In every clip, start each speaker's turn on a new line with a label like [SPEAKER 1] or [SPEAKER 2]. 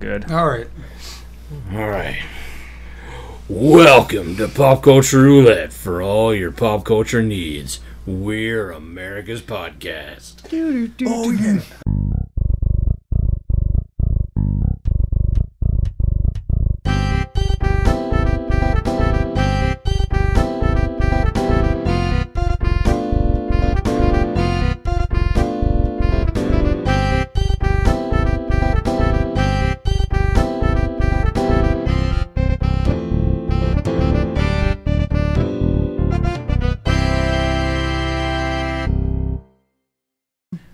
[SPEAKER 1] good.
[SPEAKER 2] All right.
[SPEAKER 3] All right. Welcome to Pop Culture Roulette for all your pop culture needs. We're America's podcast.
[SPEAKER 2] Oh yeah.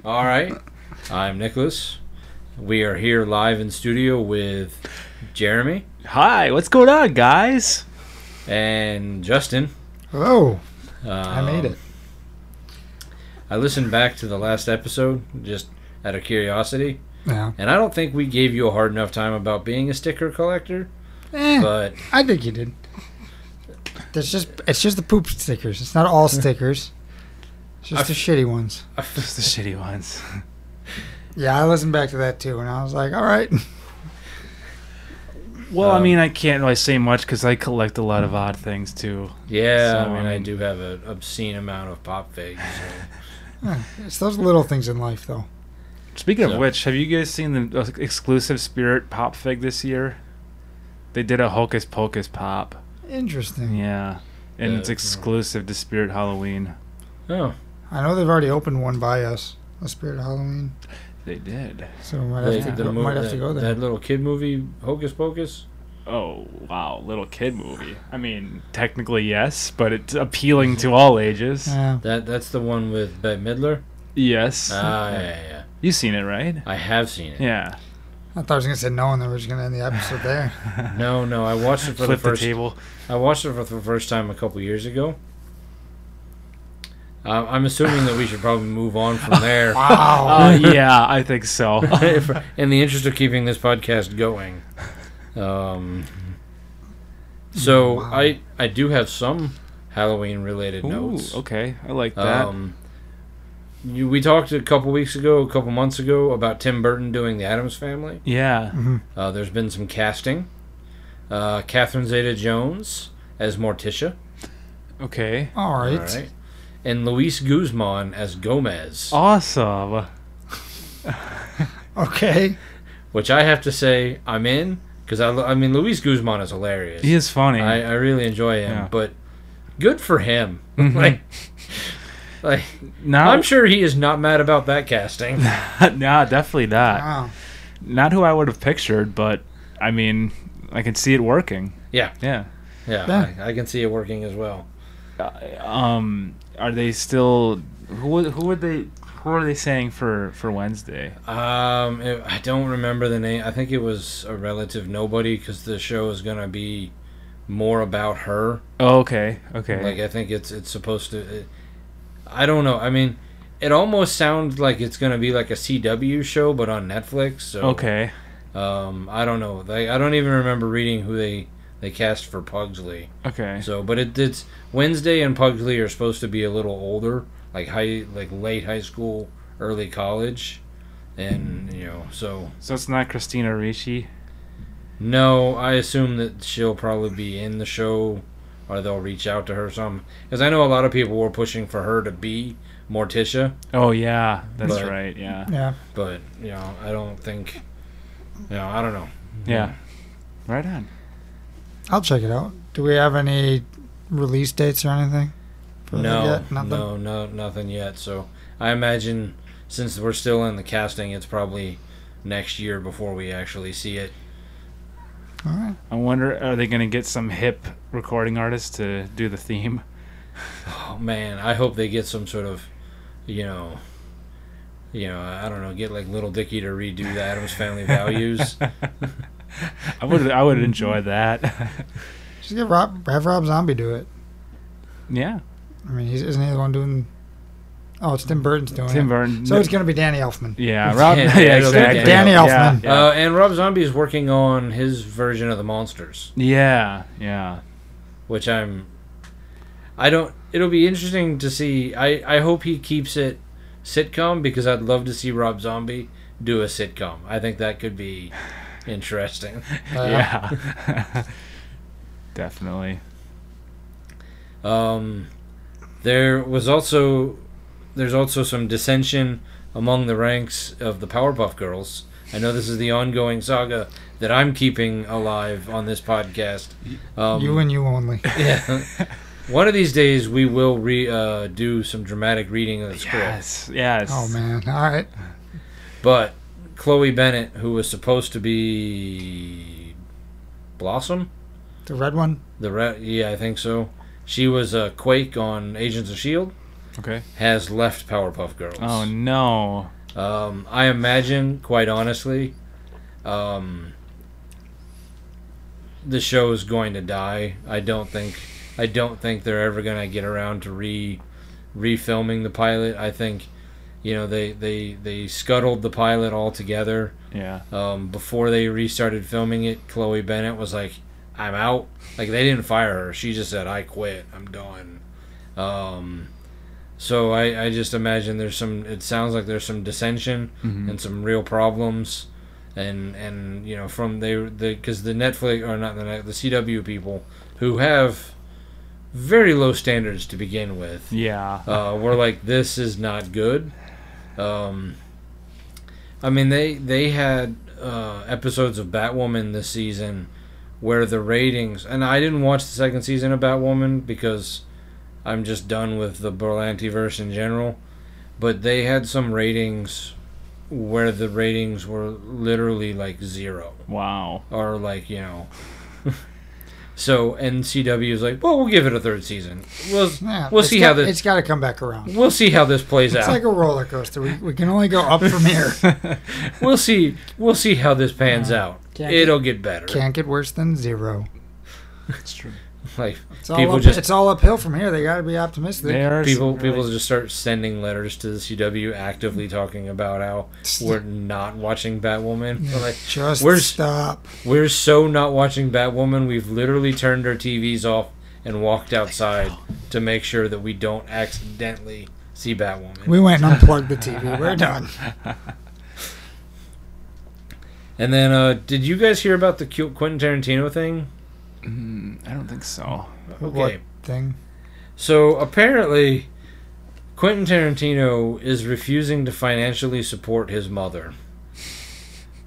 [SPEAKER 3] All right. I'm Nicholas. We are here live in studio with Jeremy
[SPEAKER 1] Hi, what's going on, guys?
[SPEAKER 3] and Justin.
[SPEAKER 2] Oh,
[SPEAKER 3] Um,
[SPEAKER 2] I made it.
[SPEAKER 3] I listened back to the last episode just out of curiosity,
[SPEAKER 2] Yeah.
[SPEAKER 3] and I don't think we gave you a hard enough time about being a sticker collector,
[SPEAKER 1] Hmm.
[SPEAKER 2] Eh,
[SPEAKER 3] but
[SPEAKER 2] I think you did. That's just it's just the poop stickers. It's not all stickers. It's just
[SPEAKER 3] I
[SPEAKER 2] the
[SPEAKER 3] f-
[SPEAKER 2] shitty ones.
[SPEAKER 1] Just the shitty ones.
[SPEAKER 2] Yeah, I listened back to that too, and I was like, all right.
[SPEAKER 1] Well, I
[SPEAKER 3] Um,
[SPEAKER 1] mean, I can't really say much because I collect a lot of odd things too.
[SPEAKER 3] yeah, I
[SPEAKER 1] So,
[SPEAKER 3] mean, I
[SPEAKER 1] um,
[SPEAKER 3] do have an obscene amount of pop fakes. so-
[SPEAKER 2] It's those little things in life, though.
[SPEAKER 1] Speaking
[SPEAKER 3] So-
[SPEAKER 1] of which, have you guys seen the uh, exclusive Spirit Pop Fig this year? They did a Hocus Pocus pop.
[SPEAKER 2] Interesting.
[SPEAKER 1] Yeah. And
[SPEAKER 3] Yeah,
[SPEAKER 1] it's
[SPEAKER 3] yeah.
[SPEAKER 1] exclusive to Spirit Halloween.
[SPEAKER 3] Oh,
[SPEAKER 2] I know they've already opened one by us, a Spirit of Halloween.
[SPEAKER 1] They did.
[SPEAKER 2] So we might
[SPEAKER 3] Like
[SPEAKER 2] have, to,
[SPEAKER 3] the
[SPEAKER 2] go,
[SPEAKER 3] mo-
[SPEAKER 2] might have
[SPEAKER 3] that,
[SPEAKER 2] to go there.
[SPEAKER 3] That little kid movie, Hocus Pocus.
[SPEAKER 1] Oh, wow. Little kid movie. I mean, technically, yes, but it's appealing to all ages.
[SPEAKER 2] Yeah.
[SPEAKER 3] That that's the one with Bette Midler.
[SPEAKER 1] Yes.
[SPEAKER 3] Ah, yeah, yeah, yeah.
[SPEAKER 1] you seen it, right?
[SPEAKER 3] I have seen it.
[SPEAKER 1] Yeah.
[SPEAKER 2] I thought I was gonna say no, and then we we're just gonna end the episode there.
[SPEAKER 3] No, no, I watched it for
[SPEAKER 1] Flip
[SPEAKER 3] the first.
[SPEAKER 1] table.
[SPEAKER 3] I watched it for the first time a couple years ago. Uh, I'm assuming that we should probably move on from there.
[SPEAKER 2] Wow.
[SPEAKER 1] Uh, yeah, I think so.
[SPEAKER 3] In the interest of keeping this podcast going, um, so
[SPEAKER 2] Wow.
[SPEAKER 3] I I do have some Halloween related
[SPEAKER 1] Ooh,
[SPEAKER 3] notes.
[SPEAKER 1] okay, I like that.
[SPEAKER 3] Um, you, we talked a couple weeks ago, a couple months ago, about Tim Burton doing the Adams Family.
[SPEAKER 1] yeah,
[SPEAKER 3] Uh, there's been some casting. Uh, Catherine Zeta-Jones as Morticia.
[SPEAKER 1] okay,
[SPEAKER 2] all
[SPEAKER 3] All
[SPEAKER 2] right.
[SPEAKER 3] right. And Luis Guzman as Gomez,
[SPEAKER 1] Oh. awesome.
[SPEAKER 2] Okay.
[SPEAKER 3] which I have to say I'm in because I, lo- I mean Luis Guzman is hilarious.
[SPEAKER 1] He is funny.
[SPEAKER 3] I, I really enjoy him,
[SPEAKER 1] Yeah.
[SPEAKER 3] but good for him.
[SPEAKER 1] Mhm.
[SPEAKER 3] like, like
[SPEAKER 1] now,
[SPEAKER 3] I'm sure he is not mad about that casting.
[SPEAKER 1] nah, definitely not.
[SPEAKER 2] Wow.
[SPEAKER 1] Not who I would have pictured, but I mean, I can see it working.
[SPEAKER 3] Yeah.
[SPEAKER 1] yeah.
[SPEAKER 3] Yeah, I, I can see it working as well.
[SPEAKER 1] Um, are they still? Who who would they? Who are they saying for for Wednesday?
[SPEAKER 3] Um, it, I don't remember the name. I think it was a relative nobody because the show is gonna be more about her.
[SPEAKER 1] Oh, okay, okay.
[SPEAKER 3] Like I think it's it's supposed to. It, I don't know. I mean, it almost sounds like it's gonna be like a CW show, but on Netflix. So
[SPEAKER 1] Okay.
[SPEAKER 3] Um, I don't know. Like I don't even remember reading who they they cast for Pugsley.
[SPEAKER 1] Okay.
[SPEAKER 3] So, but it, it's Wednesday and Pugsley are supposed to be a little older, like high, like late high school, early college, and you know. So
[SPEAKER 1] So it's not Christina Ricci.
[SPEAKER 3] no, I assume that she'll probably be in the show, or they'll reach out to her some. Because I know a lot of people were pushing for her to be Morticia,
[SPEAKER 1] Oh yeah, that's
[SPEAKER 3] But-
[SPEAKER 1] right. Yeah.
[SPEAKER 2] Yeah.
[SPEAKER 3] but you know, I don't think. You know, I don't know.
[SPEAKER 1] Yeah.
[SPEAKER 3] Mm-hmm.
[SPEAKER 1] Right on.
[SPEAKER 2] I'll check it out. Do we have any release dates or anything? for that
[SPEAKER 3] No,
[SPEAKER 2] yet? Nothing?
[SPEAKER 3] no, no, nothing yet. So I imagine since we're still in the casting, it's probably next year before we actually see it.
[SPEAKER 2] All right.
[SPEAKER 1] I wonder, are they going to get some hip recording artist to do the theme?
[SPEAKER 3] Oh man, I hope they get some sort of, you know, you know, I don't know, get like Little Dicky to redo the Adams Family Values.
[SPEAKER 1] I would, I would enjoy that.
[SPEAKER 2] Just get Rob. Have Rob Zombie do it.
[SPEAKER 1] yeah,
[SPEAKER 2] I mean, he's, isn't he the one doing? Oh, it's Tim Burton's doing
[SPEAKER 1] Tim
[SPEAKER 2] it.
[SPEAKER 1] Burton.
[SPEAKER 2] So it's gonna be Danny Elfman.
[SPEAKER 1] yeah, Rob.
[SPEAKER 3] Yeah,
[SPEAKER 1] Yeah,
[SPEAKER 3] it'll be
[SPEAKER 1] exactly.
[SPEAKER 2] Danny Elfman.
[SPEAKER 1] Yeah,
[SPEAKER 3] Uh, and Rob Zombie is working on his version of the monsters,
[SPEAKER 1] yeah, yeah.
[SPEAKER 3] which I'm. I don't. It'll be interesting to see. I I hope he keeps it sitcom because I'd love to see Rob Zombie do a sitcom. I think that could be interesting.
[SPEAKER 2] Uh,
[SPEAKER 1] yeah. Definitely.
[SPEAKER 3] Um, there was also there's also some dissension among the ranks of the Powerpuff Girls. I know this is the ongoing saga that I'm keeping alive on this podcast. Um,
[SPEAKER 2] you and you only.
[SPEAKER 3] yeah. One of these days, we will re- uh, do some dramatic reading of the script.
[SPEAKER 1] Yes. Yes.
[SPEAKER 2] Oh man! All right.
[SPEAKER 3] But Chloe Bennett, who was supposed to be Blossom,
[SPEAKER 2] The red one.
[SPEAKER 3] the re- yeah, I think so. She was a Quake on Agents of Shield.
[SPEAKER 1] Okay.
[SPEAKER 3] E Has left Powerpuff Girls.
[SPEAKER 1] Oh no.
[SPEAKER 3] Um, I imagine, quite honestly, um, the show is going to die. I don't think, I don't think they're ever going to get around to re, refilming the pilot. I think, you know, they they they scuttled the pilot altogether
[SPEAKER 1] Yeah.
[SPEAKER 3] um, before they restarted filming it, Chloe Bennett was like, "I'm out." Like they didn't fire her; she just said, "I quit. I'm done." Um, so I, I just imagine there's some. It sounds like there's some dissension
[SPEAKER 1] Mhm.
[SPEAKER 3] and some real problems, and and you know from they the because the Netflix or not the Net- the CW people who have very low standards to begin with
[SPEAKER 1] Yeah.
[SPEAKER 3] uh, we're like this is not good um, i mean they they had uh, episodes of batwoman this season where the ratings and i didn't watch the second season of batwoman because i'm just done with the berlantiverse in general but they had some ratings where the ratings were literally like zero
[SPEAKER 1] wow.
[SPEAKER 3] or like you know so ncw is like well we'll give it a third season we'll,
[SPEAKER 2] Yeah,
[SPEAKER 3] we'll
[SPEAKER 2] it's
[SPEAKER 3] see
[SPEAKER 2] got-
[SPEAKER 3] how this
[SPEAKER 2] it's got to come back around.
[SPEAKER 3] We'll see how this plays
[SPEAKER 2] It's
[SPEAKER 3] out.
[SPEAKER 2] like a roller coaster. We, we can only go up from here.
[SPEAKER 3] we'll see. We'll see how this pans out.
[SPEAKER 2] Can't get-
[SPEAKER 3] It'll get better.
[SPEAKER 2] Uh, Can't get worse than zero.
[SPEAKER 1] That's true.
[SPEAKER 3] Like
[SPEAKER 2] It's all
[SPEAKER 3] People
[SPEAKER 2] up,
[SPEAKER 3] just-
[SPEAKER 2] it's all uphill from here. They got to be optimistic.
[SPEAKER 1] There's
[SPEAKER 3] people, people just start sending letters to the CW, actively talking about how we're not watching Batwoman. We're like
[SPEAKER 2] Just
[SPEAKER 3] We're s-
[SPEAKER 2] stop.
[SPEAKER 3] we're so not watching Batwoman. We've literally turned our TVs off and walked outside to make sure that we don't accidentally see Batwoman.
[SPEAKER 2] We went and unplugged the TV. We're done.
[SPEAKER 3] and then, uh, did you guys hear about the Qu- Quentin Tarantino thing?
[SPEAKER 1] Mm, I don't think so.
[SPEAKER 3] Okay.
[SPEAKER 2] What thing?
[SPEAKER 3] So apparently, Quentin Tarantino is refusing to financially support his mother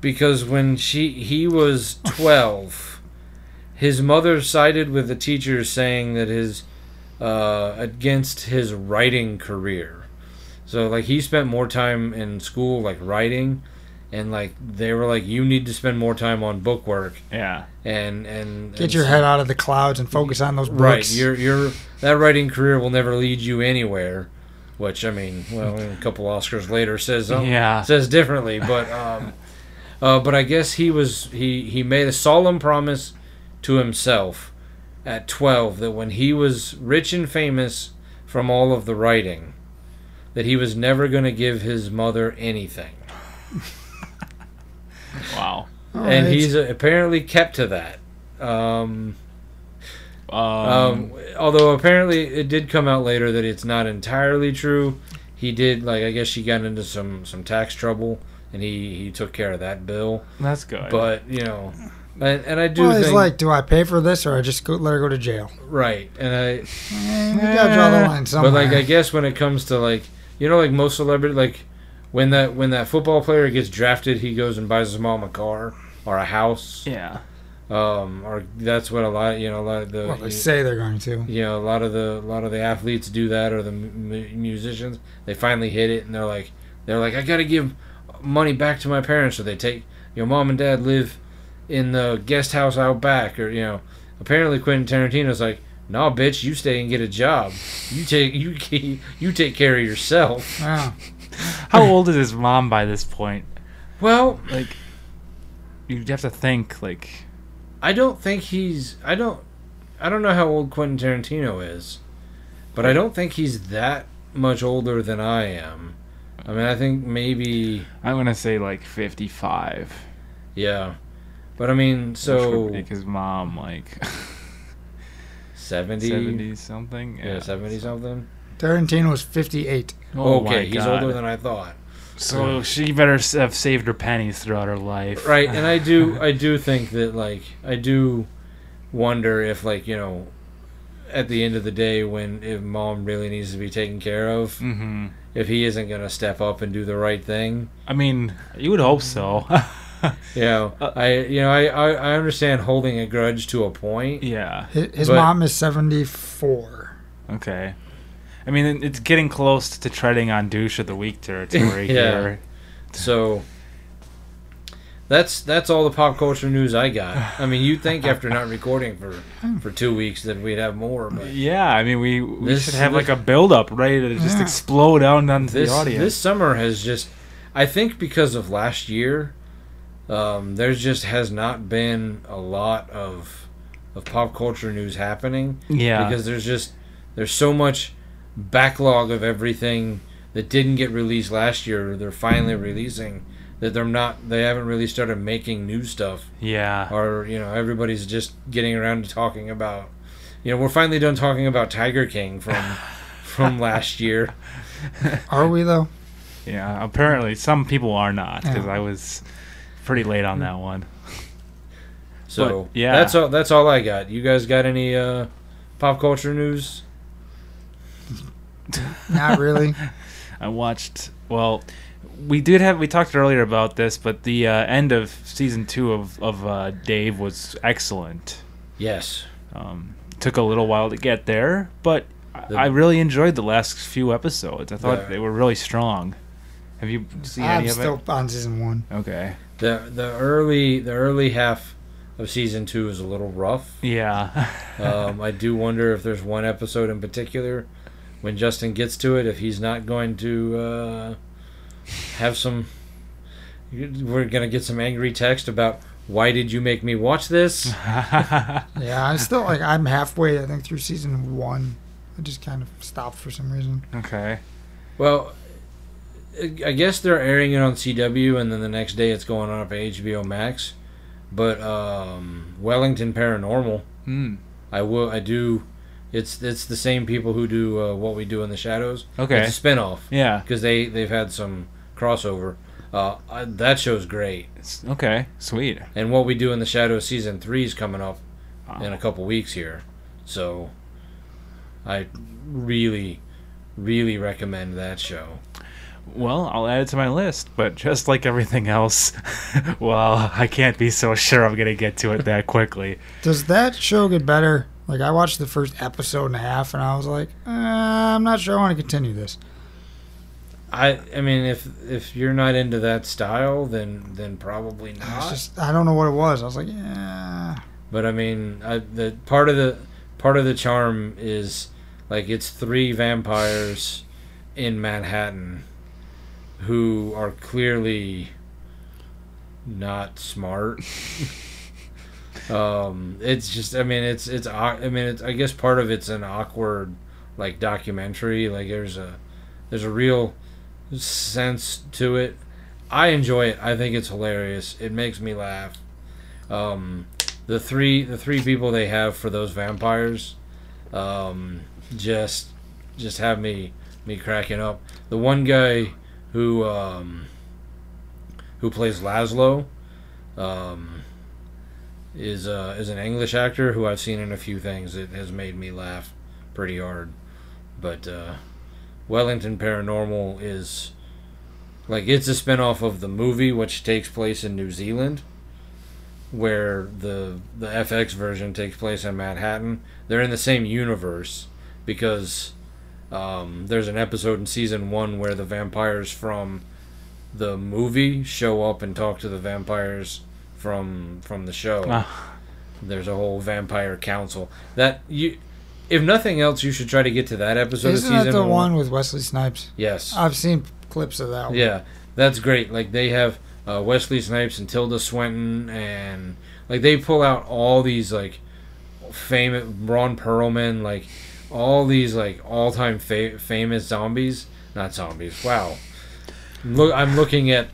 [SPEAKER 3] because when she he was twelve, his mother sided with the teacher, saying that his uh, against his writing career. So like he spent more time in school like writing, and like they were like you need to spend more time on book work
[SPEAKER 1] Yeah.
[SPEAKER 3] and and
[SPEAKER 2] Get
[SPEAKER 3] and
[SPEAKER 2] your
[SPEAKER 3] so-
[SPEAKER 2] head out of the clouds and focus on those
[SPEAKER 3] Right,
[SPEAKER 2] books.
[SPEAKER 3] your your that writing career will never lead you anywhere, which I mean, well, a couple Oscars later says um,
[SPEAKER 1] Yeah.
[SPEAKER 3] says differently, but um, uh, but I guess he was he he made a solemn promise to himself at twelve that when he was rich and famous from all of the writing, that he was never going to give his mother anything,
[SPEAKER 1] Wow.
[SPEAKER 2] All
[SPEAKER 3] and
[SPEAKER 2] right.
[SPEAKER 3] he's apparently kept to that. Um,
[SPEAKER 1] Um,
[SPEAKER 3] Um, although apparently it did come out later that it's not entirely true. He did like I guess she got into some some tax trouble and he he took care of that bill.
[SPEAKER 1] that's good.
[SPEAKER 3] But you know, and, and I do
[SPEAKER 2] well, it's
[SPEAKER 3] think
[SPEAKER 2] like, do I pay for this or I just go, let her go to jail?
[SPEAKER 3] right, and I
[SPEAKER 2] Eh, we got to draw the line somewhere.
[SPEAKER 3] But like I guess when it comes to like you know like most celebrity like when that when that football player gets drafted he goes and buys his mom a car or a house.
[SPEAKER 1] yeah.
[SPEAKER 3] Um, or that's what a lot you know a lot of the
[SPEAKER 2] well, they
[SPEAKER 3] you-
[SPEAKER 2] say they're going to.
[SPEAKER 3] you know a lot of the a lot of the athletes do that or the mu- musicians they finally hit it and they're like they're like i gotta give money back to my parents so they take your mom and dad live in the guest house out back or you know apparently quentin tarantino's like nah bitch you stay and get a job you take you ke- you take care of yourself
[SPEAKER 2] Wow.
[SPEAKER 1] How old is his mom by this point?
[SPEAKER 3] well
[SPEAKER 1] Like, you have to think. Like,
[SPEAKER 3] i don't think he's i don't i don't know how old quentin tarantino is but i don't think he's that much older than i am i mean i think maybe
[SPEAKER 1] I'm gonna say like 55.
[SPEAKER 3] Yeah. But I mean,
[SPEAKER 1] which would
[SPEAKER 3] so
[SPEAKER 1] make his mom like
[SPEAKER 3] 70,
[SPEAKER 1] 70 something.
[SPEAKER 3] yeah, 70 something.
[SPEAKER 2] Tarantino was 58.
[SPEAKER 1] Oh
[SPEAKER 3] okay,
[SPEAKER 1] my
[SPEAKER 3] he's
[SPEAKER 1] God.
[SPEAKER 3] older than I thought.
[SPEAKER 1] So she better s- have saved her pennies throughout her life.
[SPEAKER 3] right and i do i do think that like i do wonder if like you know at the end of the day when if mom really needs to be taken care of
[SPEAKER 1] Mm-hmm.
[SPEAKER 3] if he isn't going to step up and do the right thing
[SPEAKER 1] I mean, you would hope so.
[SPEAKER 3] you know
[SPEAKER 1] Uh,
[SPEAKER 3] i you know I, I i understand holding a grudge to a point
[SPEAKER 1] yeah.
[SPEAKER 2] His, his
[SPEAKER 3] But-
[SPEAKER 2] mom is 74.
[SPEAKER 1] Okay. I mean, it- it's getting close to treading on douche of the week territory
[SPEAKER 3] Yeah.
[SPEAKER 1] here.
[SPEAKER 3] so that's that's all the pop culture news i got i mean you'd think after not recording for for two weeks that we'd have more but
[SPEAKER 1] Yeah, I mean, we, we
[SPEAKER 3] This-
[SPEAKER 1] should have
[SPEAKER 3] this-
[SPEAKER 1] like a build up ready to just
[SPEAKER 2] Yeah.
[SPEAKER 1] explode out onto
[SPEAKER 3] this
[SPEAKER 1] the audience.
[SPEAKER 3] this summer has just I think because of last year um, there just has not been a lot of of pop culture news happening
[SPEAKER 1] yeah.
[SPEAKER 3] because there's just there's so much backlog of everything that didn't get released last year they're finally
[SPEAKER 1] Mm-hmm.
[SPEAKER 3] releasing that they're not they haven't really started making new stuff
[SPEAKER 1] yeah.
[SPEAKER 3] or you know everybody's just getting around to talking about you know we're finally done talking about Tiger King from from last year
[SPEAKER 2] Are we, though?
[SPEAKER 1] Yeah. Apparently, some people are not because
[SPEAKER 2] Yeah.
[SPEAKER 1] I was pretty late on that one.
[SPEAKER 3] So
[SPEAKER 1] But, yeah.
[SPEAKER 3] that's all. That's all I got. You guys got any uh, pop culture news?
[SPEAKER 2] Not really.
[SPEAKER 1] I watched. Well, we did have. We talked earlier about this, but the uh, end of season two of of uh, Dave was excellent.
[SPEAKER 3] Yes.
[SPEAKER 1] Um, took a little while to get there, but I-
[SPEAKER 3] The-
[SPEAKER 1] I really enjoyed the last few episodes. I thought
[SPEAKER 3] The-
[SPEAKER 1] they were really strong. Have you seen
[SPEAKER 2] I'm
[SPEAKER 1] any of
[SPEAKER 2] still on season one.
[SPEAKER 1] it? Okay.
[SPEAKER 3] the The early the early half of season two is a little rough.
[SPEAKER 1] Yeah.
[SPEAKER 3] Um, I do wonder if there's one episode in particular when Justin gets to it if he's not going to uh, have some. We're gonna get some angry text about why did you make me watch this?
[SPEAKER 2] Yeah, I'm still like I'm halfway. I think through season one. I just kind of stopped for some reason.
[SPEAKER 1] okay.
[SPEAKER 3] Well, I guess they're airing it on CW, and then the next day it's going on up to HBO Max. But um, Wellington Paranormal,
[SPEAKER 1] Hmm.
[SPEAKER 3] I will, I do. It's it's the same people who do uh, what we do in the shadows.
[SPEAKER 1] Okay.
[SPEAKER 3] It's a spinoff
[SPEAKER 1] Yeah.
[SPEAKER 3] because they they've had some crossover. Uh, I, that show's great,
[SPEAKER 1] It's- okay. Sweet.
[SPEAKER 3] and what we do in the shadows season three is coming up in a couple weeks here, so I really, really recommend that show.
[SPEAKER 1] Well, I'll add it to my list, but just like everything else, well, I can't be so sure I'm gonna get to it that quickly.
[SPEAKER 2] Does that show get better? Like I watched the first episode and a half, and I was like, uh, I'm not sure I want to continue this.
[SPEAKER 3] I I mean if if you're not into that style then then probably
[SPEAKER 2] It's
[SPEAKER 3] not.
[SPEAKER 2] just I don't know what it was. I was like, yeah,
[SPEAKER 3] but I mean I, the part of the part of the charm is like it's three vampires in Manhattan who are clearly not smart. um it's just I mean it's it's au- I mean it's I guess part of it's an awkward like documentary like there's a there's a real sense to it. I enjoy it. I think it's hilarious. It makes me laugh. Um, the three the three people they have for those vampires um, just just have me me cracking up the one guy who um, who plays Laszlo um, is uh, is an English actor who I've seen in a few things that has made me laugh pretty hard but uh, Wellington Paranormal is like it's a spinoff of the movie which takes place in New Zealand where the the FX version takes place in Manhattan. They're in the same universe because um, there's an episode in season one where the vampires from the movie show up and talk to the vampires from from the show.
[SPEAKER 1] Ah.
[SPEAKER 3] There's a whole vampire council that you. If nothing else, you should try to get to that episode
[SPEAKER 2] isn't
[SPEAKER 3] of
[SPEAKER 2] that the
[SPEAKER 3] season one.
[SPEAKER 2] one with Wesley Snipes?
[SPEAKER 3] Yes.
[SPEAKER 2] I've seen clips of that. one.
[SPEAKER 3] Yeah, that's great. Like they have uh, Wesley Snipes and Tilda Swinton, and like they pull out all these like famous Ron Perlman, like all these like all time fa- famous zombies. Not zombies. Wow. Look, I'm looking at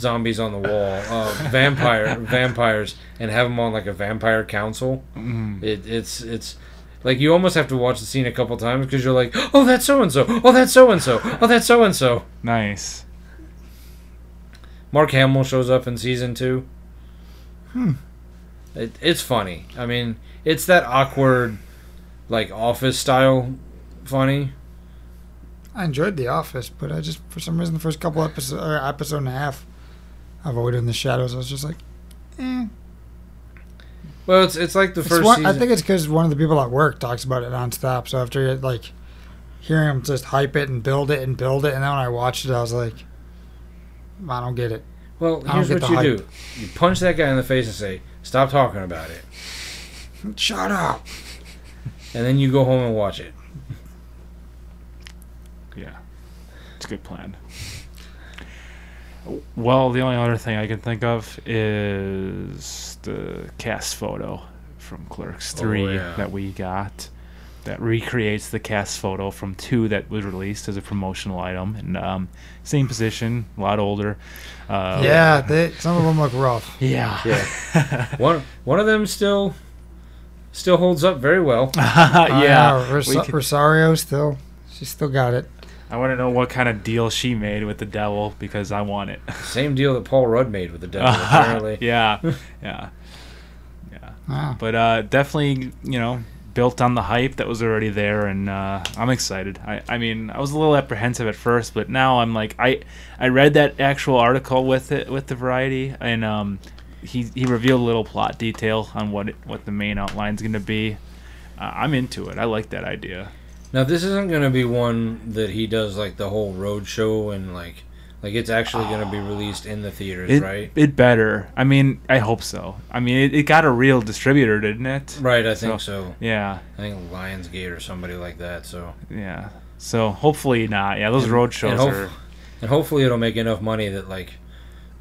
[SPEAKER 3] zombies on the wall, uh, vampire vampires, and have them on like a vampire council.
[SPEAKER 1] Mm.
[SPEAKER 3] It, it's it's like you almost have to watch the scene a couple times because you're like, oh, that's so and so, oh, that's so and so, oh, that's so and so.
[SPEAKER 1] Nice.
[SPEAKER 3] Mark Hamill shows up in season two. Hmm. It, it's funny. I mean, it's that awkward, like office style, funny.
[SPEAKER 2] I enjoyed The Office, but I just for some reason the first couple episodes or episode and a half, I avoided in the shadows. I was just like, eh.
[SPEAKER 3] Well, it's it's like the
[SPEAKER 2] It's
[SPEAKER 3] first.
[SPEAKER 2] one-
[SPEAKER 3] season.
[SPEAKER 2] I think it's because one of the people at work talks about it nonstop. So after like hearing him just hype it and build it and build it, and then when I watched it, I was like, I don't get it.
[SPEAKER 3] Well,
[SPEAKER 2] I don't
[SPEAKER 3] here's
[SPEAKER 2] get the
[SPEAKER 3] what you
[SPEAKER 2] hype.
[SPEAKER 3] do: you punch that guy in the face and say, "Stop talking about it,"
[SPEAKER 2] Shut up.
[SPEAKER 3] and then you go home and watch it.
[SPEAKER 1] Yeah, it's a good plan. Well, the only other thing I can think of is the cast photo from Clerks
[SPEAKER 3] Oh,
[SPEAKER 1] Three
[SPEAKER 3] yeah.
[SPEAKER 1] that we got. That recreates the cast photo from two that was released as a promotional item, and um, same position, a lot older. Uh,
[SPEAKER 2] yeah, they, some of them look rough.
[SPEAKER 1] yeah, yeah,
[SPEAKER 3] One one of them still still holds up very well.
[SPEAKER 2] Uh, Ros-
[SPEAKER 1] we could-
[SPEAKER 2] Rosario still, she still got it.
[SPEAKER 1] I want to know what kind of deal she made with the devil because I want it.
[SPEAKER 3] Same deal that Paul Rudd made with the devil, apparently.
[SPEAKER 1] yeah, yeah, yeah.
[SPEAKER 2] Wow.
[SPEAKER 1] but uh, definitely you know built on the hype that was already there and uh, i'm excited I, I mean i was a little apprehensive at first but now i'm like i i read that actual article with it with the variety and um, he he revealed a little plot detail on what it, what the main outline's going to be uh, i'm into it i like that idea
[SPEAKER 3] Now this isn't going to be one that he does like the whole road show and like like it's actually going to be released in the theaters,
[SPEAKER 1] it,
[SPEAKER 3] right?
[SPEAKER 1] it better i mean i hope so i mean it, it got a real distributor didn't it
[SPEAKER 3] Right, I think so.
[SPEAKER 1] yeah
[SPEAKER 3] I think Lionsgate or somebody like that. So
[SPEAKER 1] yeah so hopefully not yeah those road shows
[SPEAKER 3] and hope-
[SPEAKER 1] are
[SPEAKER 3] and hopefully it'll make enough money that like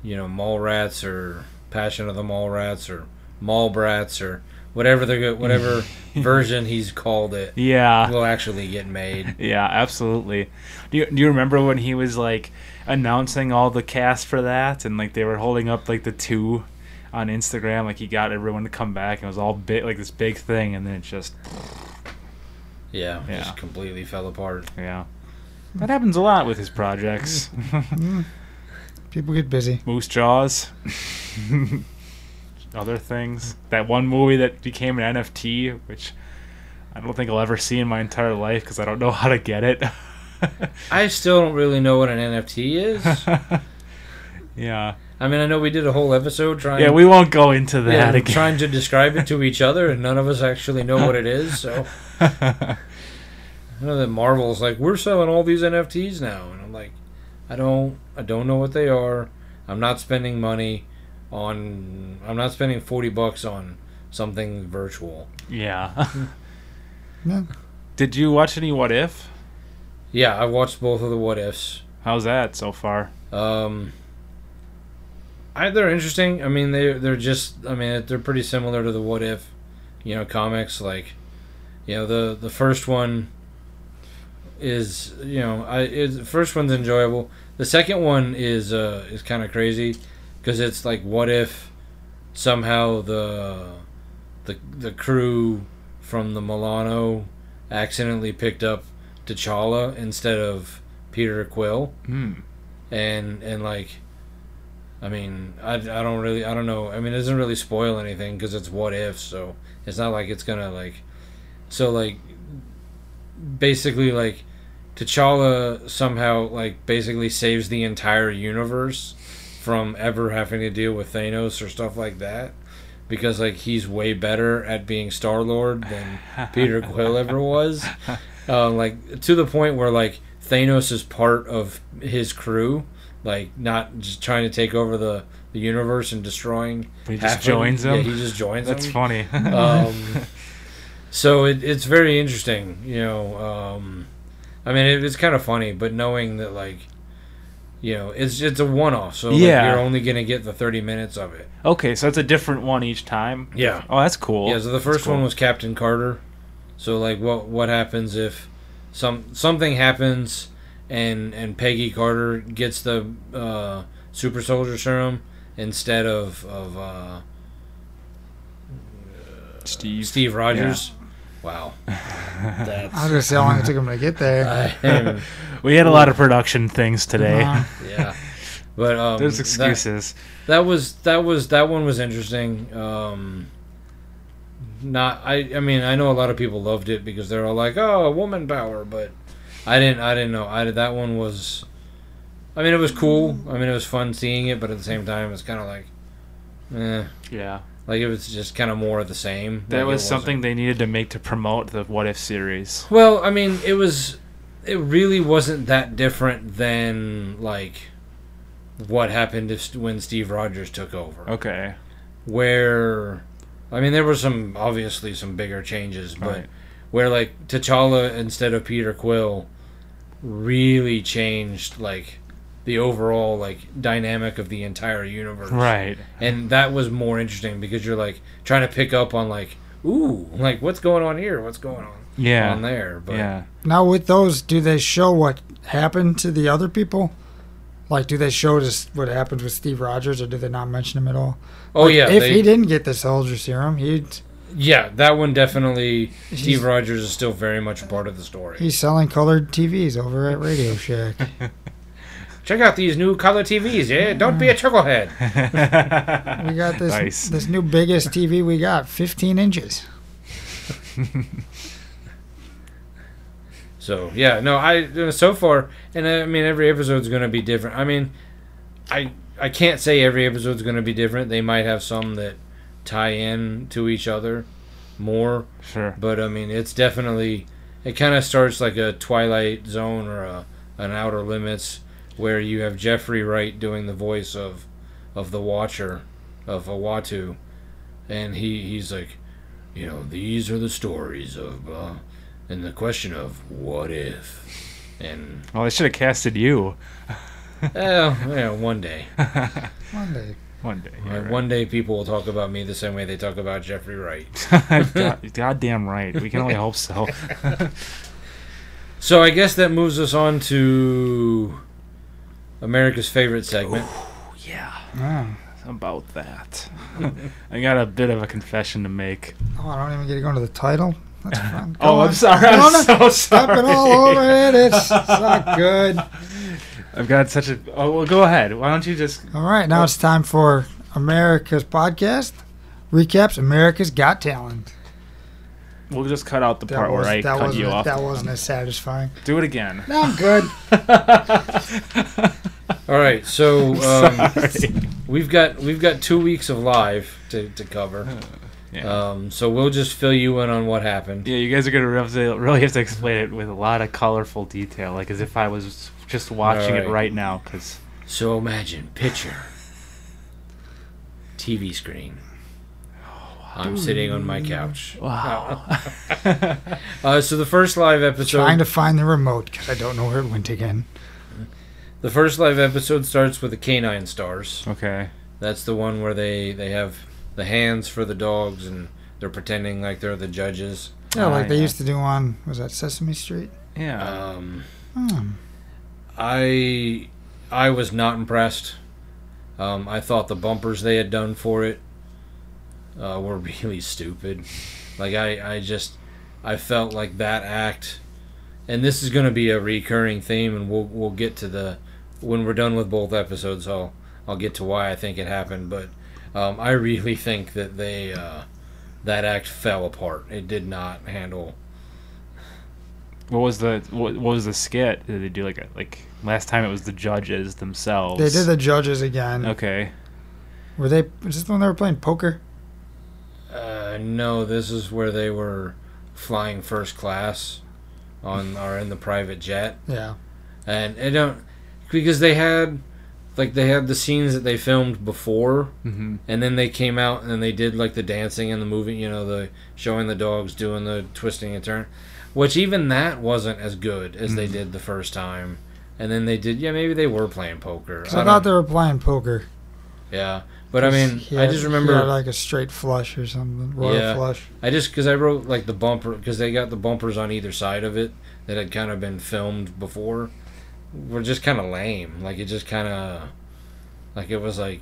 [SPEAKER 3] you know Mallrats or Passion of the Mallrats or Mallbrats or whatever they're go- whatever version he's called it
[SPEAKER 1] yeah
[SPEAKER 3] will actually get made.
[SPEAKER 1] Yeah, absolutely. Do you, do you remember when he was like announcing all the cast for that and like they were holding up like the two on Instagram like he got everyone to come back and it was all big like this big thing and then it just
[SPEAKER 3] Yeah,
[SPEAKER 1] Yeah.
[SPEAKER 3] just completely fell apart.
[SPEAKER 1] yeah. That happens a lot with his projects.
[SPEAKER 2] Hmm. People get busy.
[SPEAKER 1] Moose Jaws. Other things. That one movie that became an NFT which I don't think I'll ever see in my entire life because I don't know how to get it.
[SPEAKER 3] I still don't really know what an NFT is.
[SPEAKER 1] yeah.
[SPEAKER 3] I mean, I know we did a whole episode trying.
[SPEAKER 1] Yeah, we won't go into that
[SPEAKER 3] yeah,
[SPEAKER 1] again.
[SPEAKER 3] trying to describe it to each other, and none of us actually know what it is. So I know that Marvel's like, we're selling all these NFTs now, and I'm like, I don't, I don't know what they are. I'm not spending money on. I'm not spending forty bucks on something virtual.
[SPEAKER 1] yeah.
[SPEAKER 2] Yeah.
[SPEAKER 1] Did you watch any What If?
[SPEAKER 3] Yeah, I watched both of the what ifs.
[SPEAKER 1] How's that so far?
[SPEAKER 3] Um, I, they're interesting. I mean, they they're just. I mean, they're pretty similar to the What If, you know, comics. Like, you know, the the first one is you know, I is, the first one's enjoyable. The second one is uh is kind of crazy because it's like what if somehow the the the crew from the Milano accidentally picked up T'Challa instead of Peter Quill
[SPEAKER 1] Hmm.
[SPEAKER 3] and and like i mean i, I don't really i don't know i mean it doesn't really spoil anything because it's what if so it's not like it's gonna like so like basically like t'challa somehow like basically saves the entire universe from ever having to deal with thanos or stuff like that because like he's way better at being star lord than peter quill ever was uh, like to the point where like Thanos is part of his crew, like not just trying to take over the, the universe and destroying.
[SPEAKER 1] He
[SPEAKER 3] half
[SPEAKER 1] just
[SPEAKER 3] of-
[SPEAKER 1] joins Uh,
[SPEAKER 3] Yeah,
[SPEAKER 1] them.
[SPEAKER 3] he just joins
[SPEAKER 1] That's
[SPEAKER 3] them.
[SPEAKER 1] funny.
[SPEAKER 3] Um, so it, it's very interesting, you know. Um, I mean, it, it's kind of funny, but knowing that like. You know, it's it's a one off, so like,
[SPEAKER 1] Yeah.
[SPEAKER 3] you're only gonna get the thirty minutes of it.
[SPEAKER 1] okay, so it's a different one each time.
[SPEAKER 3] Yeah,
[SPEAKER 1] Oh, that's cool.
[SPEAKER 3] yeah, so the first one was Captain Carter. So like what what happens if some something happens and and Peggy Carter gets the uh, super soldier serum instead of of uh,
[SPEAKER 1] Steve.
[SPEAKER 3] Steve Rogers. Wow. That's
[SPEAKER 2] I was gonna say how long it took him to get there.
[SPEAKER 3] I am-
[SPEAKER 1] We had a lot of production things today.
[SPEAKER 2] Uh,
[SPEAKER 3] yeah. But um,
[SPEAKER 1] There's
[SPEAKER 3] that-
[SPEAKER 1] excuses.
[SPEAKER 3] that was that was that one was interesting um not i i mean i know a lot of people loved it because they're all like oh woman power but i didn't i didn't know i did that one was i mean it was cool i mean it was fun seeing it but at the same time it's kind of like eh.
[SPEAKER 1] yeah,
[SPEAKER 3] like it was just kind of more of the same Like,
[SPEAKER 1] that
[SPEAKER 3] it
[SPEAKER 1] was
[SPEAKER 3] wasn't-
[SPEAKER 1] something they needed to make to promote the What If series.
[SPEAKER 3] well i mean it was it really wasn't that different than like what happened if, when steve rogers took over
[SPEAKER 1] Okay,
[SPEAKER 3] where I mean there were some obviously some bigger changes, but
[SPEAKER 1] Right.
[SPEAKER 3] where like T'Challa instead of Peter Quill really changed like the overall like dynamic of the entire universe.
[SPEAKER 1] right.
[SPEAKER 3] And that was more interesting because you're like trying to pick up on like ooh, like what's going on here? What's going on on
[SPEAKER 1] Yeah,
[SPEAKER 3] there? But
[SPEAKER 1] yeah.
[SPEAKER 2] Now with those, do they show what happened to the other people? Like, do they show just what happened with Steve Rogers, or do they not mention him at all?
[SPEAKER 3] oh yeah,
[SPEAKER 2] if
[SPEAKER 3] they-
[SPEAKER 2] he didn't get the soldier serum, he'd
[SPEAKER 3] yeah, that one definitely
[SPEAKER 2] He's-
[SPEAKER 3] Steve Rogers is still very much a part of the story.
[SPEAKER 2] he's selling colored TVs over at Radio Shack.
[SPEAKER 3] Check out these new color TVs, yeah. Don't be a chucklehead.
[SPEAKER 2] We got this
[SPEAKER 1] Nice.
[SPEAKER 2] this new biggest TV we got, 15 inches.
[SPEAKER 3] So yeah, no, I uh, so far, and uh, I mean every episode's going to be different. I mean, I I can't say every episode's going to be different. They might have some that tie in to each other more,
[SPEAKER 1] sure.
[SPEAKER 3] but I mean it's definitely it kind of starts like a Twilight Zone or a an Outer Limits where you have Jeffrey Wright doing the voice of of the Watcher of Awatu, and he he's like, you know, these are the stories of blah, and the question of what if, and
[SPEAKER 1] Well, they should have casted you
[SPEAKER 3] well, yeah, one day,
[SPEAKER 2] One day.
[SPEAKER 1] one day.
[SPEAKER 3] right?
[SPEAKER 1] you're
[SPEAKER 3] one day people will talk about me the same way they talk about Jeffrey Wright.
[SPEAKER 1] right. God, goddamn right. We can only hope so.
[SPEAKER 3] So I guess that moves us on to America's favorite segment.
[SPEAKER 1] yeah,
[SPEAKER 2] Oh.
[SPEAKER 1] about that. I got a bit of a confession to make.
[SPEAKER 2] oh, I don't even get to go into the title. That's fun. Go
[SPEAKER 1] Oh,
[SPEAKER 2] on.
[SPEAKER 1] I'm sorry.
[SPEAKER 2] No,
[SPEAKER 1] I'm
[SPEAKER 2] no,
[SPEAKER 1] so
[SPEAKER 2] Step
[SPEAKER 1] sorry.
[SPEAKER 2] it all over it. It's, it's not good.
[SPEAKER 1] I've got such a. Oh, well, go ahead. Why don't you just?
[SPEAKER 2] All right, now it's time for America's podcast recaps. America's Got Talent.
[SPEAKER 1] We'll just cut out the part where I cut
[SPEAKER 2] wasn't
[SPEAKER 1] you
[SPEAKER 2] a-
[SPEAKER 1] off.
[SPEAKER 2] That wasn't as satisfying.
[SPEAKER 1] Do it again.
[SPEAKER 2] No, I'm good.
[SPEAKER 3] All right, so um,
[SPEAKER 1] sorry.
[SPEAKER 3] we've got we've got two weeks of live to, to cover.
[SPEAKER 1] Yeah.
[SPEAKER 3] Um, so we'll just fill you in on what happened.
[SPEAKER 1] yeah, you guys are gonna have to, really have to explain it with a lot of colorful detail, like as if I was just watching it
[SPEAKER 3] Alright.
[SPEAKER 1] right now. Because
[SPEAKER 3] So imagine picture, TV screen.
[SPEAKER 1] Oh,
[SPEAKER 3] I'm sitting on my couch.
[SPEAKER 1] wow,
[SPEAKER 3] Uh, so the first live episode,
[SPEAKER 2] Trying to find the remote because I don't know where it went again.
[SPEAKER 3] the first live episode starts with the canine stars.
[SPEAKER 1] okay,
[SPEAKER 3] That's the one where they they have the hands for the dogs and they're pretending like they're the judges.
[SPEAKER 2] Yeah,
[SPEAKER 1] Ah,
[SPEAKER 2] Oh, like they
[SPEAKER 1] yeah.
[SPEAKER 2] used to do on was that Sesame Street?
[SPEAKER 1] yeah,
[SPEAKER 3] Um,
[SPEAKER 2] Hmm.
[SPEAKER 3] I I was not impressed. Um, I thought the bumpers they had done for it uh, were really stupid. Like I, I just I felt like that act, and this is going to be a recurring theme, and we'll we'll get to the when we're done with both episodes. I'll I'll get to why I think it happened, but um, I really think that they uh, that act fell apart. It did not handle
[SPEAKER 1] what was the what, what was the skit? Did they do like a, like last time? It was the judges themselves.
[SPEAKER 2] They did the judges again.
[SPEAKER 1] Okay,
[SPEAKER 2] Were they? Is this when they were playing poker?
[SPEAKER 3] Uh, no, this is where they were flying first class on or in the private jet,
[SPEAKER 2] Yeah.
[SPEAKER 3] and I don't because they had like they had the scenes that they filmed before,
[SPEAKER 1] mm-hmm.
[SPEAKER 3] and then they came out and they did like the dancing and the moving, you know, the showing the dogs doing the twisting and turn, which even that wasn't as good as they did the first time. And then they did, yeah, maybe they were playing poker.
[SPEAKER 2] 'Cause I,
[SPEAKER 3] don't-
[SPEAKER 2] thought they were playing poker.
[SPEAKER 3] yeah, but I mean,
[SPEAKER 2] He
[SPEAKER 3] I
[SPEAKER 2] had-
[SPEAKER 3] just
[SPEAKER 2] he
[SPEAKER 3] remember
[SPEAKER 2] had like a straight flush or something, royal
[SPEAKER 3] Yeah.
[SPEAKER 2] flush.
[SPEAKER 3] I just because I wrote like the bumper because they got the bumpers on either side of it that had kind of been filmed before were just kind of lame. Like it just kind of like it was like